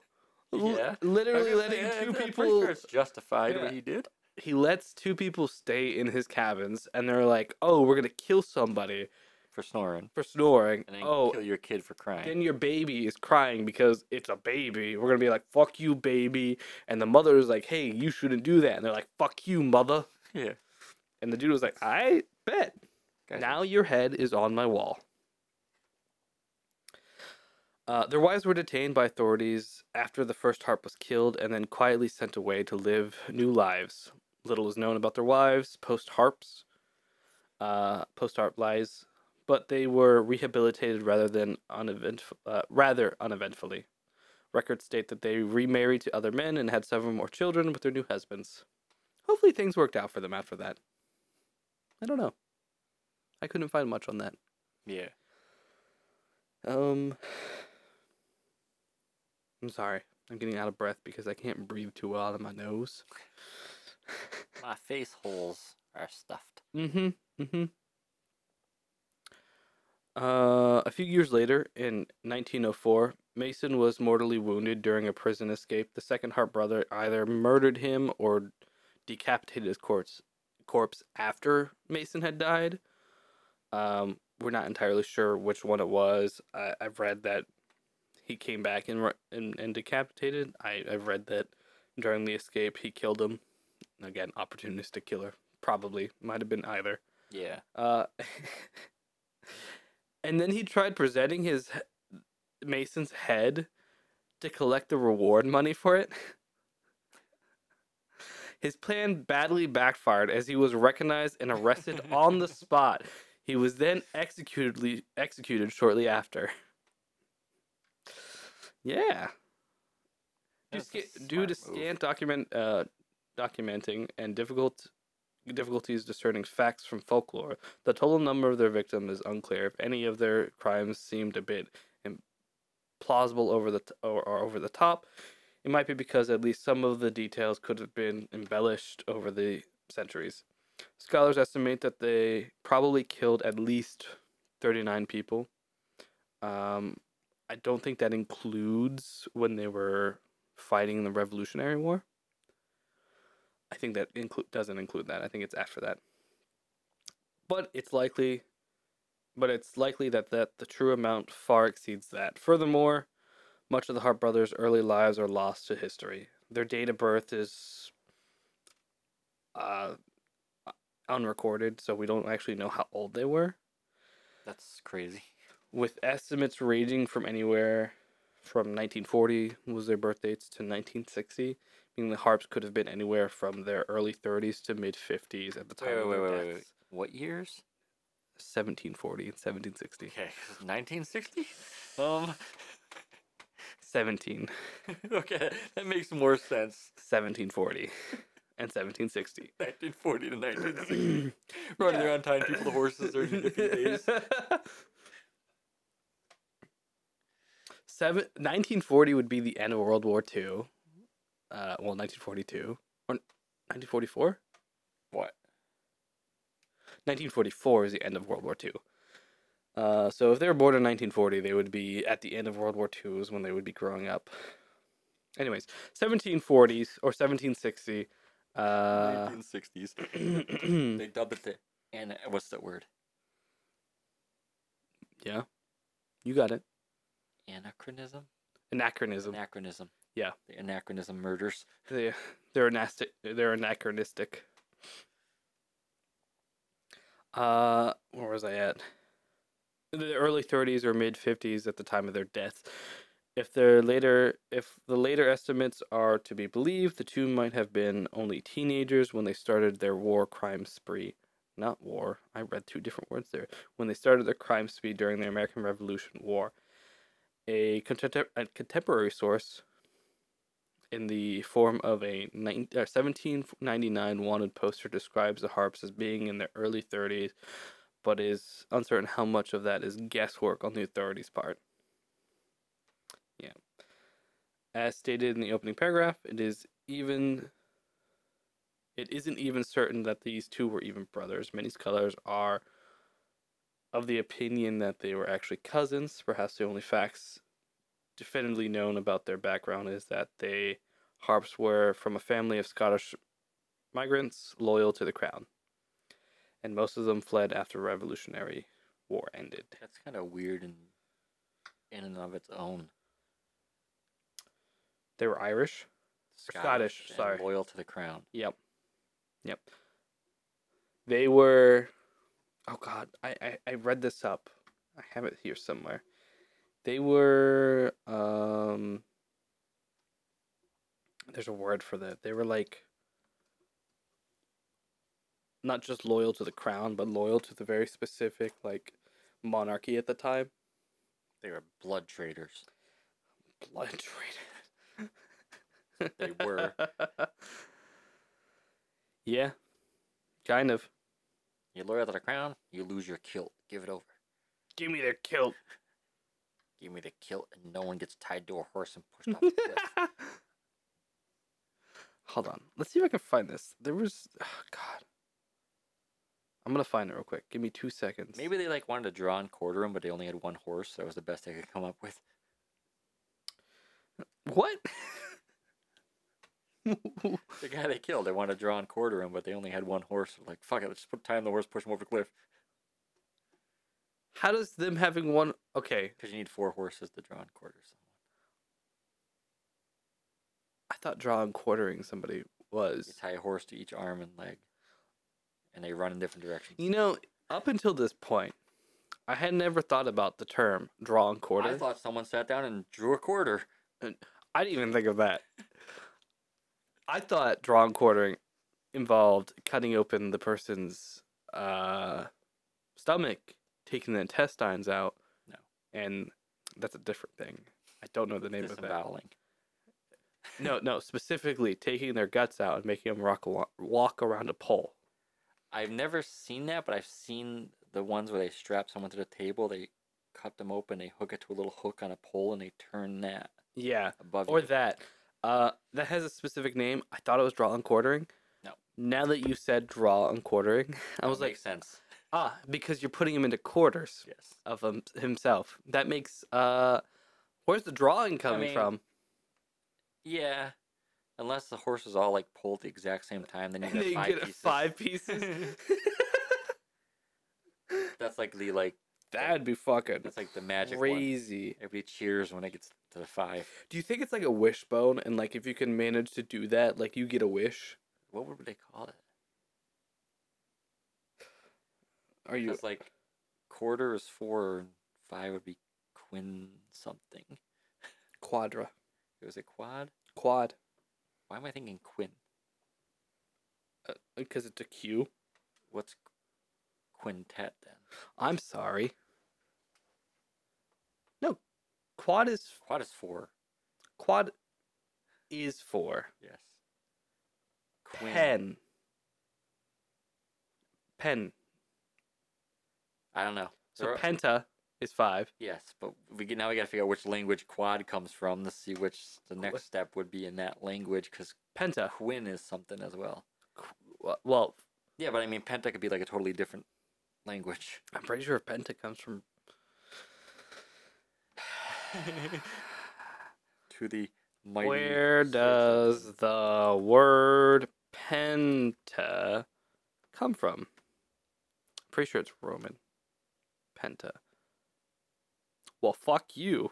L- Yeah. literally I was gonna letting say, I- I'm two pretty people. Sure it's justified Yeah. what he did. He lets two people stay in his cabins, and they're like, "Oh, we're gonna kill somebody For snoring. for snoring." And then oh, kill your kid for crying. then your baby is crying because it's a baby. We're gonna be like, "Fuck you, baby," and the mother is like, "Hey, you shouldn't do that," and they're like, "Fuck you, mother." yeah. And the dude was like, "I bet." Guys, Now your head is on my wall. Uh, their wives were detained by authorities after the first harp was killed and then quietly sent away to live new lives. Little is known about their wives post harps. uh, post art lies, but they were rehabilitated rather than uneventful, uh, rather uneventfully. Records state that they remarried to other men and had several more children with their new husbands. Hopefully, things worked out for them after that. I don't know. I couldn't find much on that. Yeah. Um, I'm sorry. I'm getting out of breath because I can't breathe too well out of my nose. My face holes are stuffed. Mm-hmm. Mm-hmm. Uh, a few years later, in 1904, Mason was mortally wounded during a prison escape. The second Hart brother either murdered him or decapitated his corpse, corpse after Mason had died. Um, we're not entirely sure which one it was. I, I've read that he came back and, re- and and decapitated. I, I've read that during the escape he killed him. Again, opportunistic killer. Probably might have been either. Yeah. Uh, and then he tried presenting his he- Mason's head to collect the reward money for it. His plan badly backfired as he was recognized and arrested on the spot. He was then executed executed shortly after. Yeah. Due, That's a sca- due to smart move. scant document uh, documenting and difficult difficulties discerning facts from folklore, the total number of their victims is unclear. If any of their crimes seemed a bit implausible over the t- or, or over the top, it might be because at least some of the details could have been embellished over the centuries. Scholars estimate that they probably killed at least 39 people. Um, I don't think that includes when they were fighting the Revolutionary War. I think that inclu- doesn't include that. I think it's after that. But it's likely, but it's likely that, that the true amount far exceeds that. Furthermore, much of the Hart brothers' early lives are lost to history. Their date of birth is uh, unrecorded, so we don't actually know how old they were That's crazy. with estimates ranging from anywhere from 1940 was their birth dates to 1960, meaning the harps could have been anywhere from their early 30s to mid 50s at the time. Wait, of wait, their wait, wait, wait. deaths. What years? 1740 and 1760. Okay, 1960. Um. 17, okay, that makes more sense. 1740, and 1760. 1940 to 1960. Running around tying people to horses during different days. Seven, 1940 would be the end of World War II. Uh, well, 1942. Or 1944? What? 1944 is the end of World War II. Uh, so if they were born in 1940, they would be at the end of World War II is when they would be growing up. Anyways, 1740s or 1760. Uh, mm. 1960s. They dubbed it the. And what's that word? yeah, you got it. Anachronism. Anachronism. Anachronism. Yeah. The anachronism murders. They, they're anastic, They're anachronistic. Uh, where was I at? The early 30s or mid 50s at the time of their death. If their later, if the later estimates are to be believed, the two might have been only teenagers when they started their war crime spree. Not war. I read two different words there. When they started their crime spree during the American Revolution War, a, contempor- a contemporary source in the form of a 19, uh, 1799 wanted poster describes the harps as being in their early 30s, but is uncertain how much of that is guesswork on the authorities' part. Yeah. As stated in the opening paragraph, it is even. It isn't even certain that these two were even brothers. Many scholars are of the opinion that they were actually cousins. Perhaps the only facts definitively known about their background is that they Harps were from a family of Scottish migrants loyal to the crown, and most of them fled after Revolutionary War ended. That's kind of weird and in and of its own. They were Irish. Scottish, and sorry. Loyal to the crown. Yep. Yep. They were. Oh God, I I, I read this up. I have it here somewhere. They were. Um. There's a word for that. They were like. not just loyal to the crown, but loyal to the very specific like monarchy at the time. They were blood traitors. Blood traitors. They were. yeah, kind of. you loyal to the crown, you lose your kilt. Give it over. Give me their kilt. Give me the kilt, and no one gets tied to a horse and pushed off the cliff. Hold on. Let's see if I can find this. There was oh, God. I'm gonna find it real quick. Give me two seconds. Maybe they like wanted to draw and quarter him, but they only had one horse. That was the best they could come up with. what? The guy they killed, they wanted to draw and quarter him, but they only had one horse. Like fuck it, let's just put time on the horse, push him over the cliff. How does them having one? Okay, Because you need four horses to draw and quarter someone. I thought drawing quartering somebody You was. tie a horse to each arm and leg, and they run in different directions. You know, up until this point, I had never thought about the term draw and quarter. I thought someone sat down and drew a quarter. I didn't even think of that. I thought drawn quartering involved cutting open the person's uh, stomach, taking the intestines out. No. And that's a different thing. I don't know the name of that. Disemboweling. No, no, specifically taking their guts out and making them rock, alo- walk around a pole. I've never seen that, but I've seen the ones where they strap someone to the table, they cut them open, they hook it to a little hook on a pole, and they turn that Yeah. above Or you. that. Uh, that has a specific name. I thought it was draw and quartering. No. Now that you said draw and quartering, I was That like, makes sense. ah, because you're putting him into quarters. Yes. of him, himself. That makes uh, where's the drawing coming mean- from? Yeah. Unless the horses all like pull at the exact same time, then you And get they five get pieces. five pieces. That's like the like That'd be fucking that's like the magic one. crazy. Everybody cheers when it gets to the five. Do you think it's like a wishbone? And like, if you can manage to do that, like you get a wish. What would they call it? Are you? It's like quarter is four, and five would be quin something. Quadra. It was a quad. Quad. Why am I thinking quin? Because it's a Q. What's qu- quintet then? I'm sorry. No, quad is Quad is four. quad is four. Yes. Quin. Pen. Pen. I don't know. So There are- penta is five. Yes, but we get, now we got to figure out which language quad comes from to see which the next step would be in that language because Penta. quin is something as well. Wh- Well, Yeah, but I mean penta could be like a totally different language. I'm pretty sure penta comes from. To the mighty. Where search does engine. the word penta come from? Pretty sure it's Roman. Penta. Well, fuck you.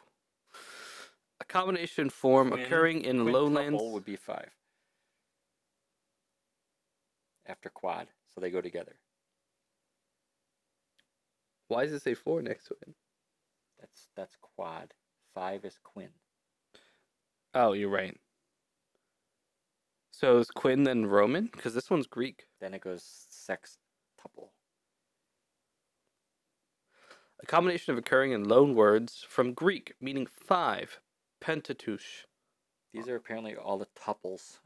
A combination form Quin- occurring in quintuple lowlands. would be five after quad, so they go together. Why does it say four next to it? That's that's quad. Five is quin. Oh, you're right. So is Quinn then Roman? Because this one's Greek. Then it goes sextuple. a combination of occurring in loan words from Greek meaning five, pentateuch. These are apparently all the tuples.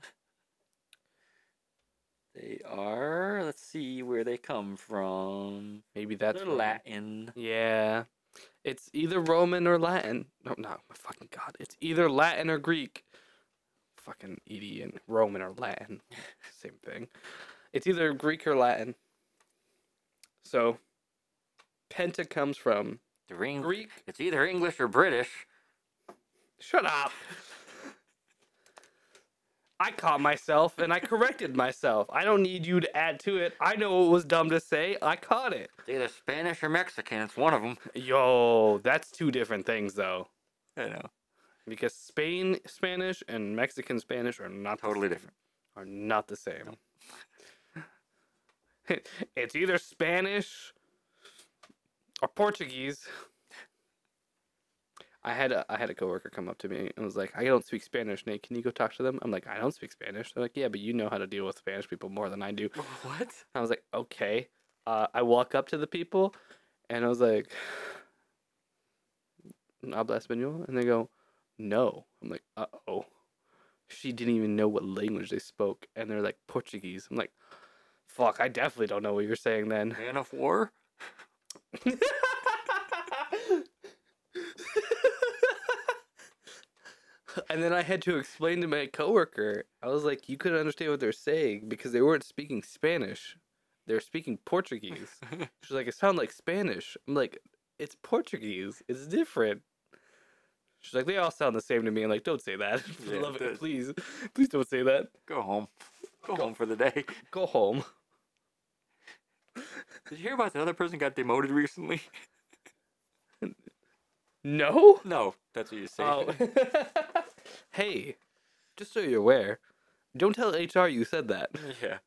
they are. Let's see where they come from. Maybe that's They're Roman. Latin. Yeah, it's either Roman or Latin. No, no, my fucking god, it's either Latin or Greek. Fucking idiot, Roman or Latin, same thing. It's either Greek or Latin. So, penta comes from They're Eng- Greek. It's either English or British. Shut up. I caught myself and I corrected myself. I don't need you to add to it. I know it was dumb to say. I caught it. It's either Spanish or Mexican. It's one of them. Yo, that's two different things though. I know. Because Spain Spanish and Mexican Spanish are not the Totally same- different. Are not the same. it's either Spanish or Portuguese. I had a I had a coworker come up to me and was like, "I don't speak Spanish, Nate. Can you go talk to them?" I'm like, "I don't speak Spanish." They're like, "Yeah, but you know how to deal with Spanish people more than I do." What? I was like, "Okay." Uh, I walk up to the people, and I was like, "Habla español?" And they go, "No." I'm like, "Uh oh." She didn't even know what language they spoke, and they're like Portuguese. I'm like, "Fuck! I definitely don't know what you're saying then." Man of War? and then I had to explain to my coworker, I was like, you couldn't understand what they're saying because they weren't speaking Spanish. They're speaking Portuguese. She's like, it sounds like Spanish. I'm like, it's Portuguese. It's different. She's like, they all sound the same to me. I'm like, don't say that. For the Yeah, love of- don't- please. Please don't say that. Go home. Go home for the day. Go home. Did you hear about the other person got demoted recently? No? No, that's what you say. Oh. hey, just so you're aware, don't tell HR you said that. yeah.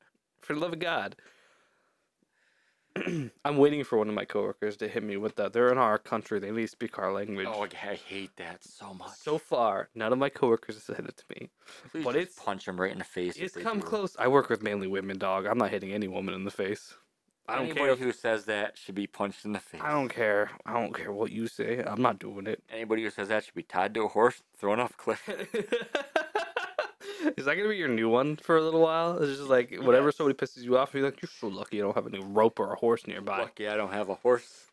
For the love of God. I'm waiting for one of my coworkers to hit me with that. They're in our country. They need to speak our language. Oh, I- I hate that so much. so far, none of my coworkers have said it to me. Please but just it's- punch him right in the face. if It's they come do. close. I work with mainly women, dog. I'm not hitting any woman in the face. I don't Anybody care. who says that should be punched in the face. I don't care. I don't care what you say. I'm not doing it. Anybody who says that should be tied to a horse, thrown off a cliff. Is that gonna be your new one for a little while? It's just like whenever somebody pisses you off, you're like, you're so lucky you don't have any rope or a horse nearby. Lucky I don't have a horse.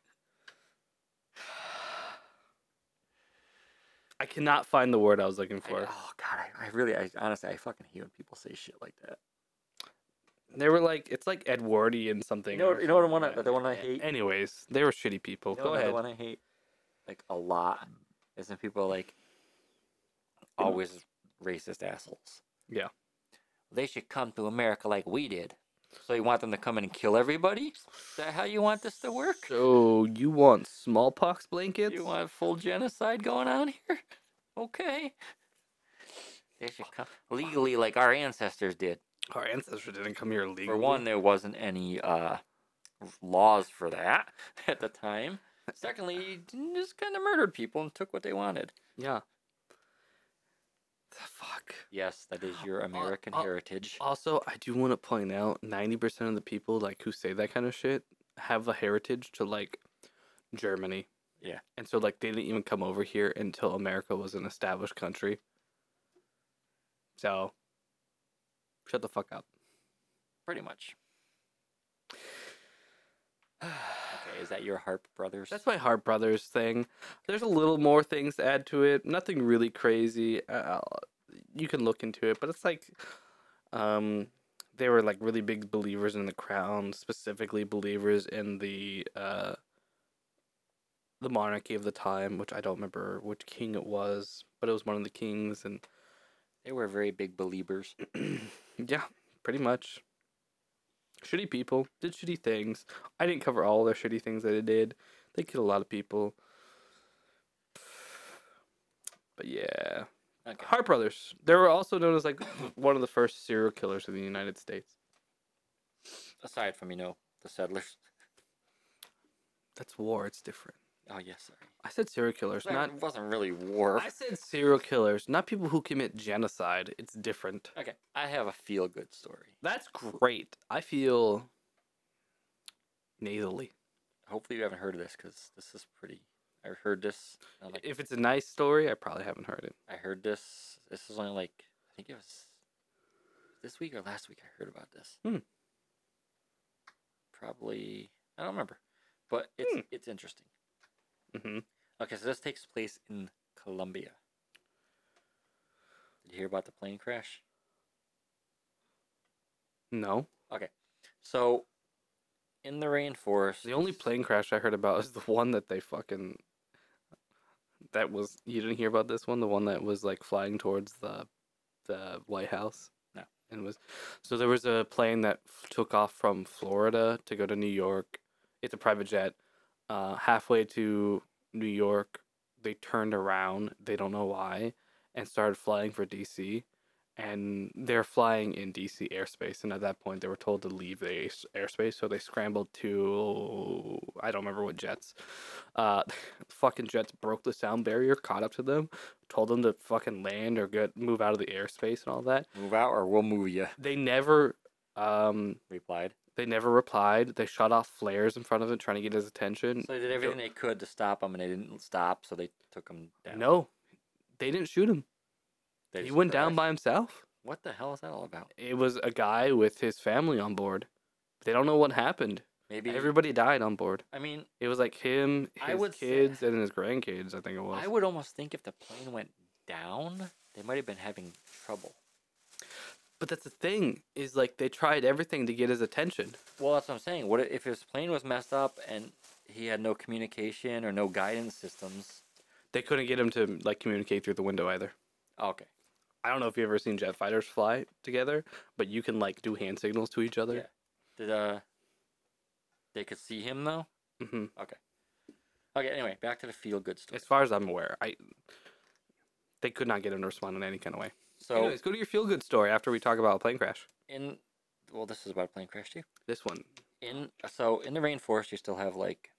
I cannot find the word I was looking I- for. oh God, I, I really, I honestly, I fucking hate when people say shit like that. They were like, it's like Edwardian something. You know or what- you know what one I- something. the one I hate? Anyways, they were shitty people. You know Go another ahead. one I hate, like a lot, is when people are like always racist assholes. Yeah. They should come to America like we did. So you want them to come in and kill everybody? Is that how you want this to work? So you want smallpox blankets? You want full genocide going on here? Okay. They should come legally like our ancestors did. Our ancestors didn't come here legally. For one, there wasn't any uh, laws for that at the time. Secondly, you d- just kind of murdered people and took what they wanted. yeah. The fuck. Yes, that is your American uh, heritage. Also, I do want to point out, ninety percent of the people like who say that kind of shit have a heritage to like Germany. Yeah. And so like they didn't even come over here until America was an established country. So shut the fuck up. Pretty much. Okay, is that your Harp Brothers? That's my Hart Brothers thing. There's a little more things to add to it. Nothing really crazy. Uh, you can look into it, but it's like, um, they were like really big believers in the crown, specifically believers in the uh, the monarchy of the time, which I don't remember which king it was, but it was one of the kings, and they were very big believers. yeah, pretty much. Shitty people did shitty things. I didn't cover all their shitty things that they did. They killed a lot of people. But yeah, Okay. Hart Brothers. They were also known as like one of the first serial killers in the United States. Aside from, you know, the settlers. That's war. It's different. Oh, yes, sorry. I said serial killers, Well, not. it wasn't really war. I said serial killers, not people who commit genocide. It's different. Okay, I have a feel good story. That's great. I feel nasally. Hopefully, you haven't heard of this because this is pretty. I heard this. and I'm like, If it's a nice story, I probably haven't heard it. I heard this. This is only like I think it was this week or last week. I heard about this. Hmm. Probably I don't remember, but it's Hmm. it's interesting. Mm-hmm. Okay, so this takes place in Colombia. Did you hear about the plane crash? No. So, in the rainforest, The only plane crash I heard about is the one that they fucking. That was you didn't hear about this one, the one that was like flying towards the, the White House. No. And was, so there was a plane that f- took off from Florida to go to New York. It's a private jet. Uh, halfway to New York, they turned around. They don't know why, and started flying for DC. And they're flying in DC airspace, and at that point, they were told to leave the airs- airspace. So they scrambled to I don't remember what jets. Uh, fucking jets broke the sound barrier, caught up to them, told them to fucking land or get move out of the airspace and all that. Move out or we'll move you. They never um Replied. they never replied. They shot off flares in front of it trying to get his attention. So they did everything they could to stop him, and they didn't stop. So they took him down. No. They didn't shoot him. They he just went down crashed. by himself. What the hell is that all about? It was a guy with his family on board. They don't know what happened. Maybe Everybody died on board. I mean, It was like him, I his would say- kids, and his grandkids. I think it was. I would almost think if the plane went down, they might have been having trouble. But that's the thing is like they tried everything to get his attention. Well, that's what I'm saying. What i- if his plane was messed up and he had no communication or no guidance systems? They couldn't get him to like communicate through the window either. Oh, Okay. I don't know if you've ever seen jet fighters fly together, but you can like do hand signals to each other. Did uh, they could see him though. hmm Okay. Anyway, back to the feel good story. As far as I'm aware, I they could not get him to respond in any kind of way. So Anyways, go to your feel good story after we talk about a plane crash. in, well, this is about a plane crash too. This one, in so in the rainforest you still have like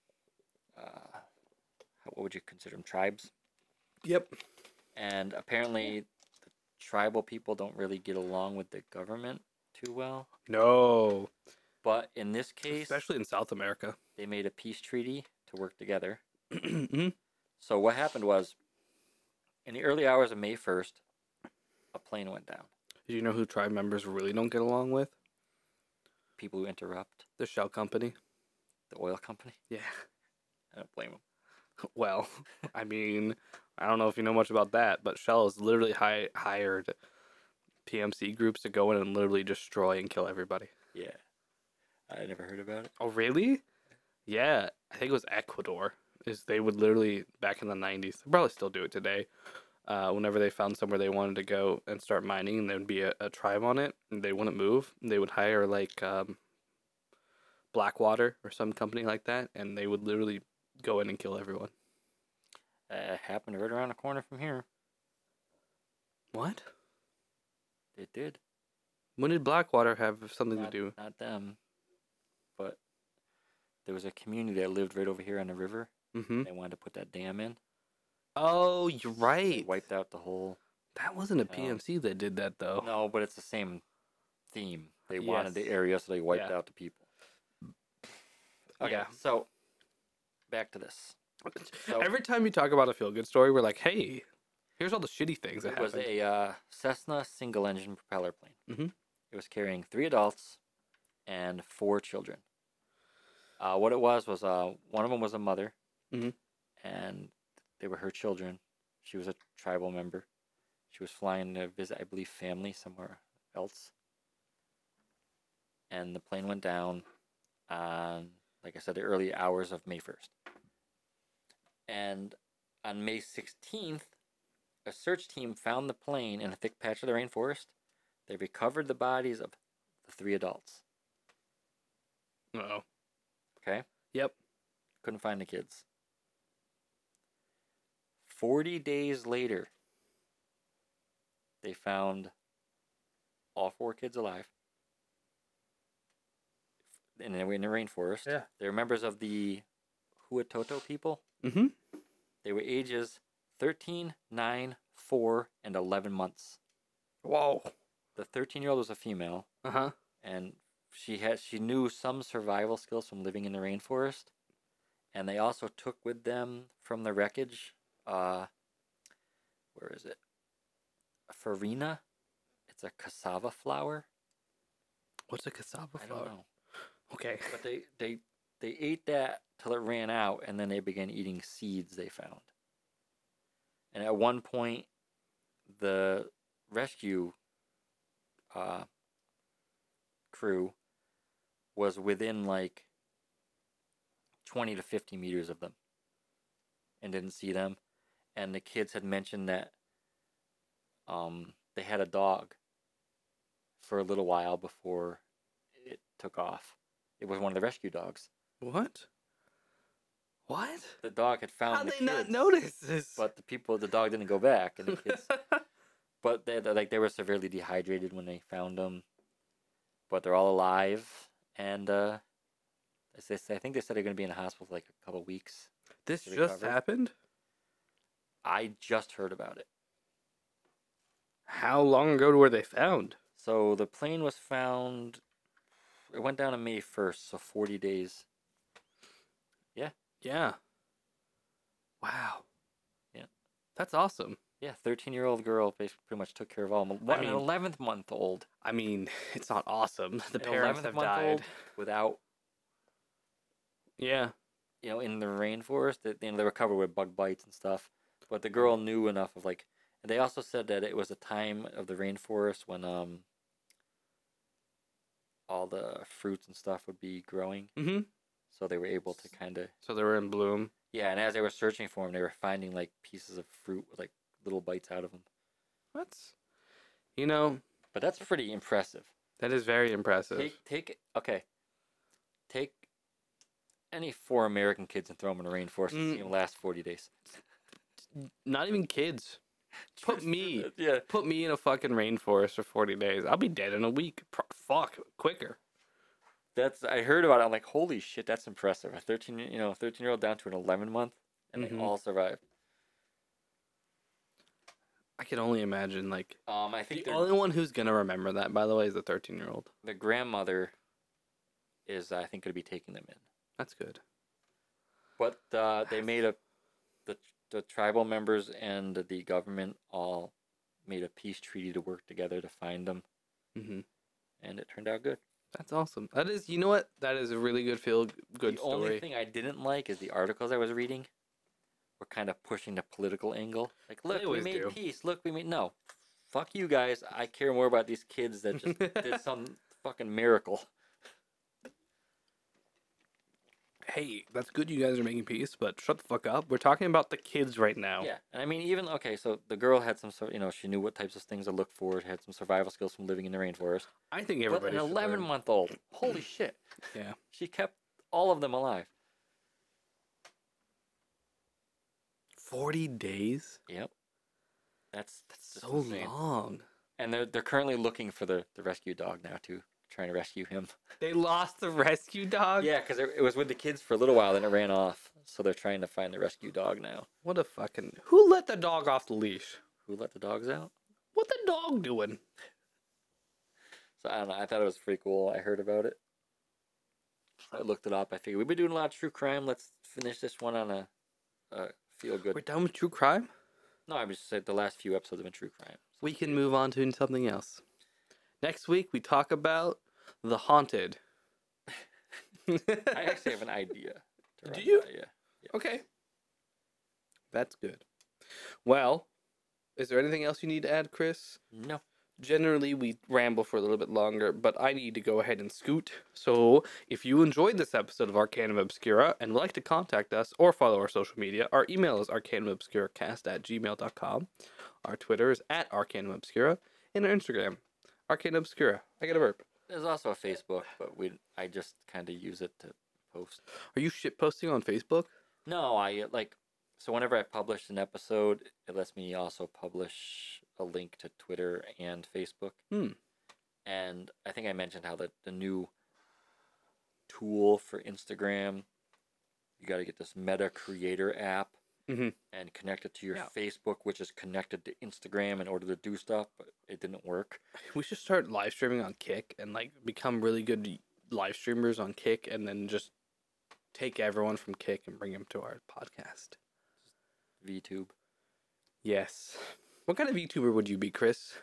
uh how- what would you consider them tribes Yep. and apparently the tribal people don't really get along with the government too well No, but in this case especially in South America. they made a peace treaty to work together Mhm. so what happened was in the early hours of may 1st a plane went down Do you know who tribe members really don't get along with? people who interrupt The shell company. the oil company Yeah. i don't blame them Well, I mean, I don't know if you know much about that, but Shell has literally hi- hired PMC groups to go in and literally destroy and kill everybody. yeah i never heard about it Oh, really? Yeah, I think it was Ecuador. Is they would literally back in the '90s, they probably still do it today. Uh, whenever they found somewhere they wanted to go and start mining, and there'd be a, a tribe on it, and they wouldn't move. and They would hire like um, Blackwater or some company like that, and they would literally go in and kill everyone. uh, it happened right around the corner from here What? it did When did Blackwater have something not, to do? not them, but there was a community that lived right over here on the river. Mm-hmm. They wanted to put that dam in. Oh, you're It right. wiped out the whole. That wasn't a No. PMC that did that though. No, but it's the same theme. They wanted the Yes. area, so they wiped Yeah. out the people. Okay, Yeah. so back to this. So Every time you talk about a feel good story, we're like, hey, here's all the shitty things that it was happened. a uh, Cessna single engine propeller plane. Mhm. It was carrying three adults and four children. Uh, what it was was uh, one of them was a mother, Mhm. and they were her children. She was a tribal member. She was flying to visit, I believe, family somewhere else. And the plane went down on, like I said, the early hours of May 1st. And on May 16th, a search team found the plane in a thick patch of the rainforest. They recovered the bodies of the three adults. oh. Okay? Yep. Couldn't find the kids. 40 days later, they found all four kids alive. And they were in the rainforest. Yeah. They're members of the Huatoto people. Mm-hmm. They were ages 13, 9, 4, and 11 months. Whoa. The 13 year old was a female, Uh huh. and she had she knew some survival skills from living in the rainforest and they also took with them from the wreckage uh where is it a farina it's a cassava flour What's a cassava i flower? don't know Okay. but they they they ate that till it ran out and then they began eating seeds they found and at one point the rescue uh, crew was within like 20 to 50 meters of them and didn't see them and the kids had mentioned that um, they had a dog for a little while before it took off it was one of the rescue dogs What? What? the dog had found How'd Oh, the they not kids, notice this? but the people the dog didn't go back and the kids But they they- like they were severely dehydrated when they found them. But they're all alive, and uh, I s- I s- I think they said they're gonna be in the hospital for like a couple weeks. This Did it just cover? happened? I just heard about it. How long ago were they found? So the plane was found. It went down on May first, so forty days. Yeah. Wow. Yeah. That's awesome. Yeah, thirteen-year-old girl basically pretty much took care of all. of 'em. I An mean- eleventh month old. I mean, it's not awesome. The An parents 11th have month died. old without Yeah. you know in the rainforest. That you know, they were covered with bug bites and stuff. But the girl knew enough of like. And they also said that it was a time of the rainforest when um. All the fruits and stuff would be growing, Mm-hmm. so they were able to kind of So they were in bloom. yeah. And as they were searching for them, they were finding like pieces of fruit with like little bites out of them. That's, you know, But that's pretty impressive. that is very impressive. Take take okay. Take any four American kids and throw them in the rainforest and see Mm. them last forty days. Not even kids. Put me, yeah. put me in a fucking rainforest for forty days. I'll be dead in a week. Pro- fuck, quicker. That's I heard about it. I'm like, holy shit, that's impressive. A thirteen you know, thirteen year old down to an eleven month and Mhm. they all survived. I can only imagine. Like Um I think the their, only one who's gonna remember that, by the way, is the thirteen-year-old. their grandmother is I think gonna be taking them in. That's good. But uh, they made a the the tribal members and the government all made a peace treaty to work together to find them Mm-hmm. and it turned out good. That's awesome. That is, you know what? That is a really good feel good the story. only thing I didn't like is the articles I was reading were kind of pushing the political angle. Like, Well, they look, we always made do. peace. Look, we made no. Fuck you guys. I care more about these kids that just did some fucking miracle. hey, that's good. You guys are making peace, but shut the fuck up. We're talking about the kids right now. Yeah, and I mean, even okay. So the girl had some, sort you know, she knew what types of things to look for. She had some survival skills from living in the rainforest. I think But everybody. an should learn. eleven-month-old, holy shit! Yeah. she kept all of them alive. Forty days. Yep, that's that's just So insane. long. And they're they're currently looking for the the rescue dog now too, trying to rescue him. They lost the rescue dog. Yeah, because it, it was with the kids for a little while, then it ran off. So they're trying to find the rescue dog now. What a fucking. Who let the dog off the leash? Who let the dogs out? What the dog doing? So I don't know. I thought it was pretty cool. I heard about it. I looked it up. I figured we've been doing a lot of true crime. Let's finish this one on a, a feel We're good. done with true crime. No, I just said the last few episodes have been true crime. We can move on to something else. Next week we talk about the haunted. I actually have an idea. to Do run you? by ya. okay. That's good. Well, is there anything else you need to add, Chris? No. generally we ramble for a little bit longer, but I need to go ahead and scoot. So if you enjoyed this episode of Arcanum Obscura and would like to contact us or follow our social media, our email is arcanumobscuracast at gmail.com. Our Twitter is at Arcanum Obscura and our Instagram, Arcanum Obscura. I got a burp. There's also a Facebook, but we I just kind of use it to post. Are you shit posting on Facebook? No, I uh, like so whenever I publish an episode, it lets me also publish a link to Twitter and Facebook. Hmm. And I think I mentioned how the, the new tool for Instagram, you got to get this Meta Creator app Mhm. and connect it to your Yeah. Facebook, which is connected to Instagram in order to do stuff, but it didn't work. We should start live streaming on Kick and like become really good live streamers on Kick and then just take everyone from Kick and bring them to our podcast. VTube. Yes. What kind of VTuber would you be, Chris?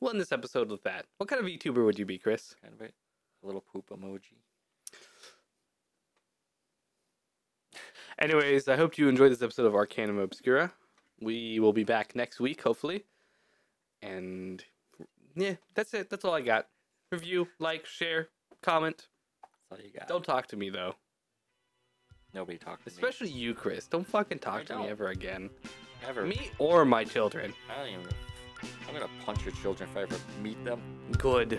We'll end this episode with that. What kind of VTuber would you be, Chris? kind of it. A little poop emoji. Anyways, I hope you enjoyed this episode of Arcanum Obscura. We will be back next week, hopefully. And yeah, that's it. That's all I got. Review, like, share, comment. That's all you got. Don't talk to me though. Nobody talk to Especially you, Chris. Don't fucking talk I to me don't. ever again. me. Ever. Me or my children. I don't even. I'm gonna punch your children if I ever meet them. Good. They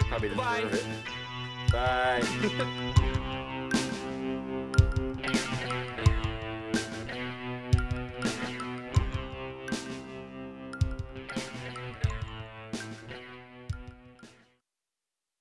probably Bye. deserve it. Bye.